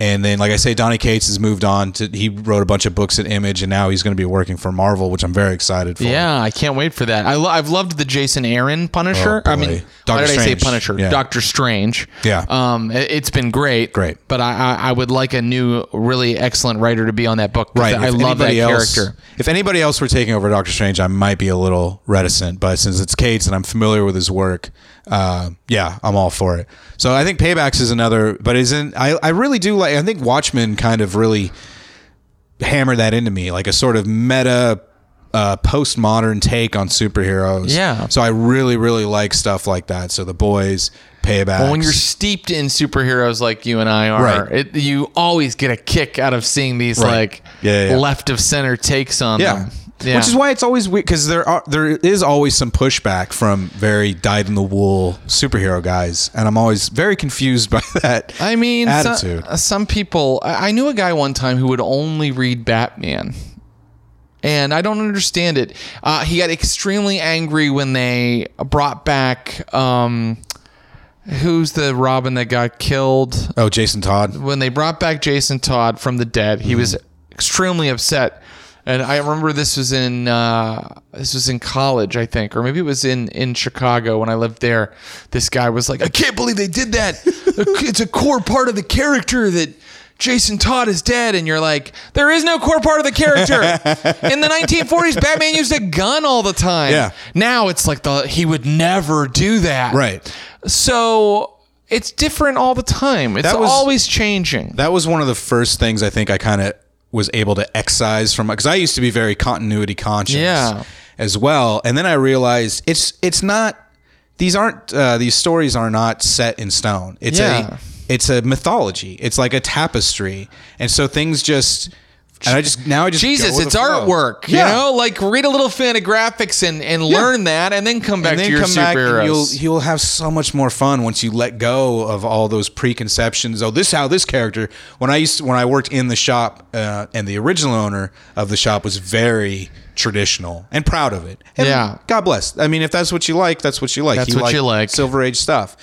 S4: And then, like I say, Donny Cates has moved on to he wrote a bunch of books at Image, and now he's going to be working for Marvel, which I'm very excited for.
S2: yeah, I can't wait for that. I lo- I've loved the Jason Aaron Punisher.
S4: Oh,
S2: I
S4: boy.
S2: mean, why
S4: Doctor
S2: did I say
S4: Strange.
S2: Punisher?
S4: Yeah.
S2: Doctor Strange.
S4: Yeah.
S2: Um, it, has been great.
S4: Great.
S2: But I, I I would like a new really excellent writer to be on that book. 'cause
S4: Right.
S2: I
S4: if
S2: love that
S4: anybody else-
S2: character.
S4: If anybody else were taking over Doctor Strange, I might be a little reticent, but since it's Cates and I'm familiar with his work, uh, yeah, I'm all for it. So I think Paybacks is another, but isn't I? I really do like. I think Watchmen kind of really hammered that into me, like a sort of meta. Uh, postmodern take on superheroes.
S2: Yeah.
S4: So I really, really like stuff like that. So the boys, paybacks.
S2: When you're steeped in superheroes like you and I are,
S4: Right.
S2: it, you always get a kick out of seeing these
S4: Right.
S2: like
S4: Yeah, yeah, yeah.
S2: left of center takes on
S4: Yeah.
S2: them. Yeah.
S4: Which is why it's always weird because there are there is always some pushback from very dyed in the wool superhero guys, and I'm always very confused by that.
S2: I mean, so-
S4: attitude.
S2: uh, some people. I I knew a guy one time who would only read Batman, and I don't understand it. Uh, he got extremely angry when they brought back. Um, Who's the Robin that got killed?
S4: oh, Jason Todd.
S2: When they brought back Jason Todd from the dead, he was extremely upset. And I remember this was in uh, this was in college, I think, or maybe it was in in Chicago when I lived there. This guy was like, "I can't believe they did that. it's a core part of the character that Jason Todd is dead." And you're like, "There is no core part of the character." in the 1940s, Batman used a gun all the time.
S4: Yeah.
S2: Now it's like the he would never do that.
S4: Right.
S2: So it's different all the time. It's
S4: That was-
S2: always changing.
S4: That was one of the first things I think I kind of was able to excise from because I used to be very continuity conscious
S2: Yeah.
S4: as well, and then I realized it's it's not these aren't uh, these stories are not set in stone. It's
S2: Yeah.
S4: a it's a mythology. It's like a tapestry, and so things just. And I just now I just go
S2: Jesus,
S4: with
S2: it's
S4: the flow.
S2: artwork. You know, like read a little fan of graphics and, and learn that and then come back
S4: and then
S2: to your
S4: come back and you'll
S2: superheroes.
S4: you'll have so much more fun once you let go of all those preconceptions. Oh, this how this character. When I used when I worked in the shop, uh, and the original owner of the shop was very traditional and proud of it. And
S2: Yeah.
S4: God bless. I mean, if that's what you like, that's what you like.
S2: That's
S4: He
S2: what
S4: liked
S2: you like.
S4: Silver Age stuff,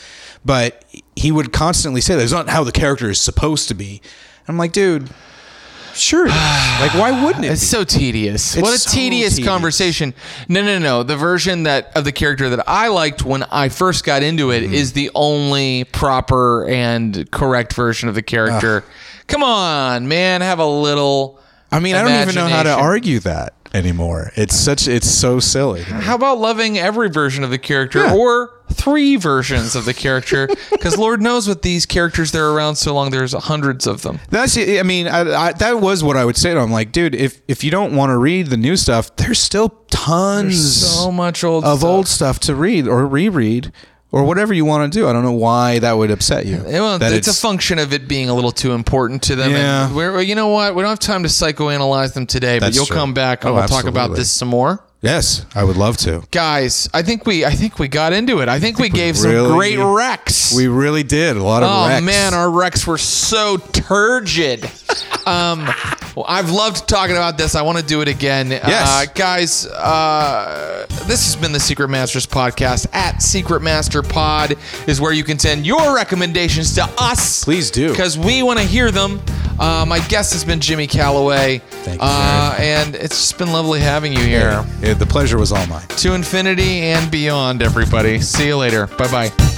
S4: but he would constantly say, "That's not how the character is supposed to be." I'm like, dude, sure. it is. like, why wouldn't it?
S2: It's
S4: be?
S2: so tedious. what a
S4: so
S2: tedious,
S4: tedious.
S2: conversation. No, no, no. The version that of the character that I liked when I first got into
S4: Mm-hmm.
S2: it is the only proper and correct version of the character. Come on, man, have a little
S4: I mean, I don't even know how to
S2: Imagination.
S4: argue that anymore. It's such it's so silly.
S2: How about loving every version of the character or three versions of the character? Because Lord knows with these characters, they're around so long, there's hundreds of them.
S4: That's I mean I, I, that was what I would say to him. Like, dude, if if you don't want to read the new stuff, there's still tons
S2: So much old
S4: of
S2: stuff.
S4: old stuff to read or reread or whatever you want to do. I don't know why that would upset you.
S2: Yeah, Well,
S4: That
S2: it's, a function of it being a little too important to them.
S4: Yeah.
S2: And we're, well, you know what? We don't have time to psychoanalyze them today, but
S4: That's
S2: you'll
S4: true.
S2: come back and
S4: Oh,
S2: we'll talk about
S4: absolutely.
S2: this some more.
S4: Yes, I would love to.
S2: Guys, I think we I think we got into it. I think we gave
S4: really-
S2: some great recs.
S4: We really did a lot of.
S2: Oh
S4: wrecks.
S2: man, our Rex were so turgid. um, well, I've loved talking about this. I want to do it again.
S4: Yes.
S2: Uh, guys, uh, this has been the Secret Masters podcast. At Secret Master Pod is where you can send your recommendations to us.
S4: Please do.
S2: Because we want to hear them. Uh, my guest has been Jimmy Calloway.
S4: Thank you,
S2: Uh, and it's just been lovely having you here.
S4: Yeah, the pleasure was all mine.
S2: To infinity and beyond, everybody. See you later. Bye bye.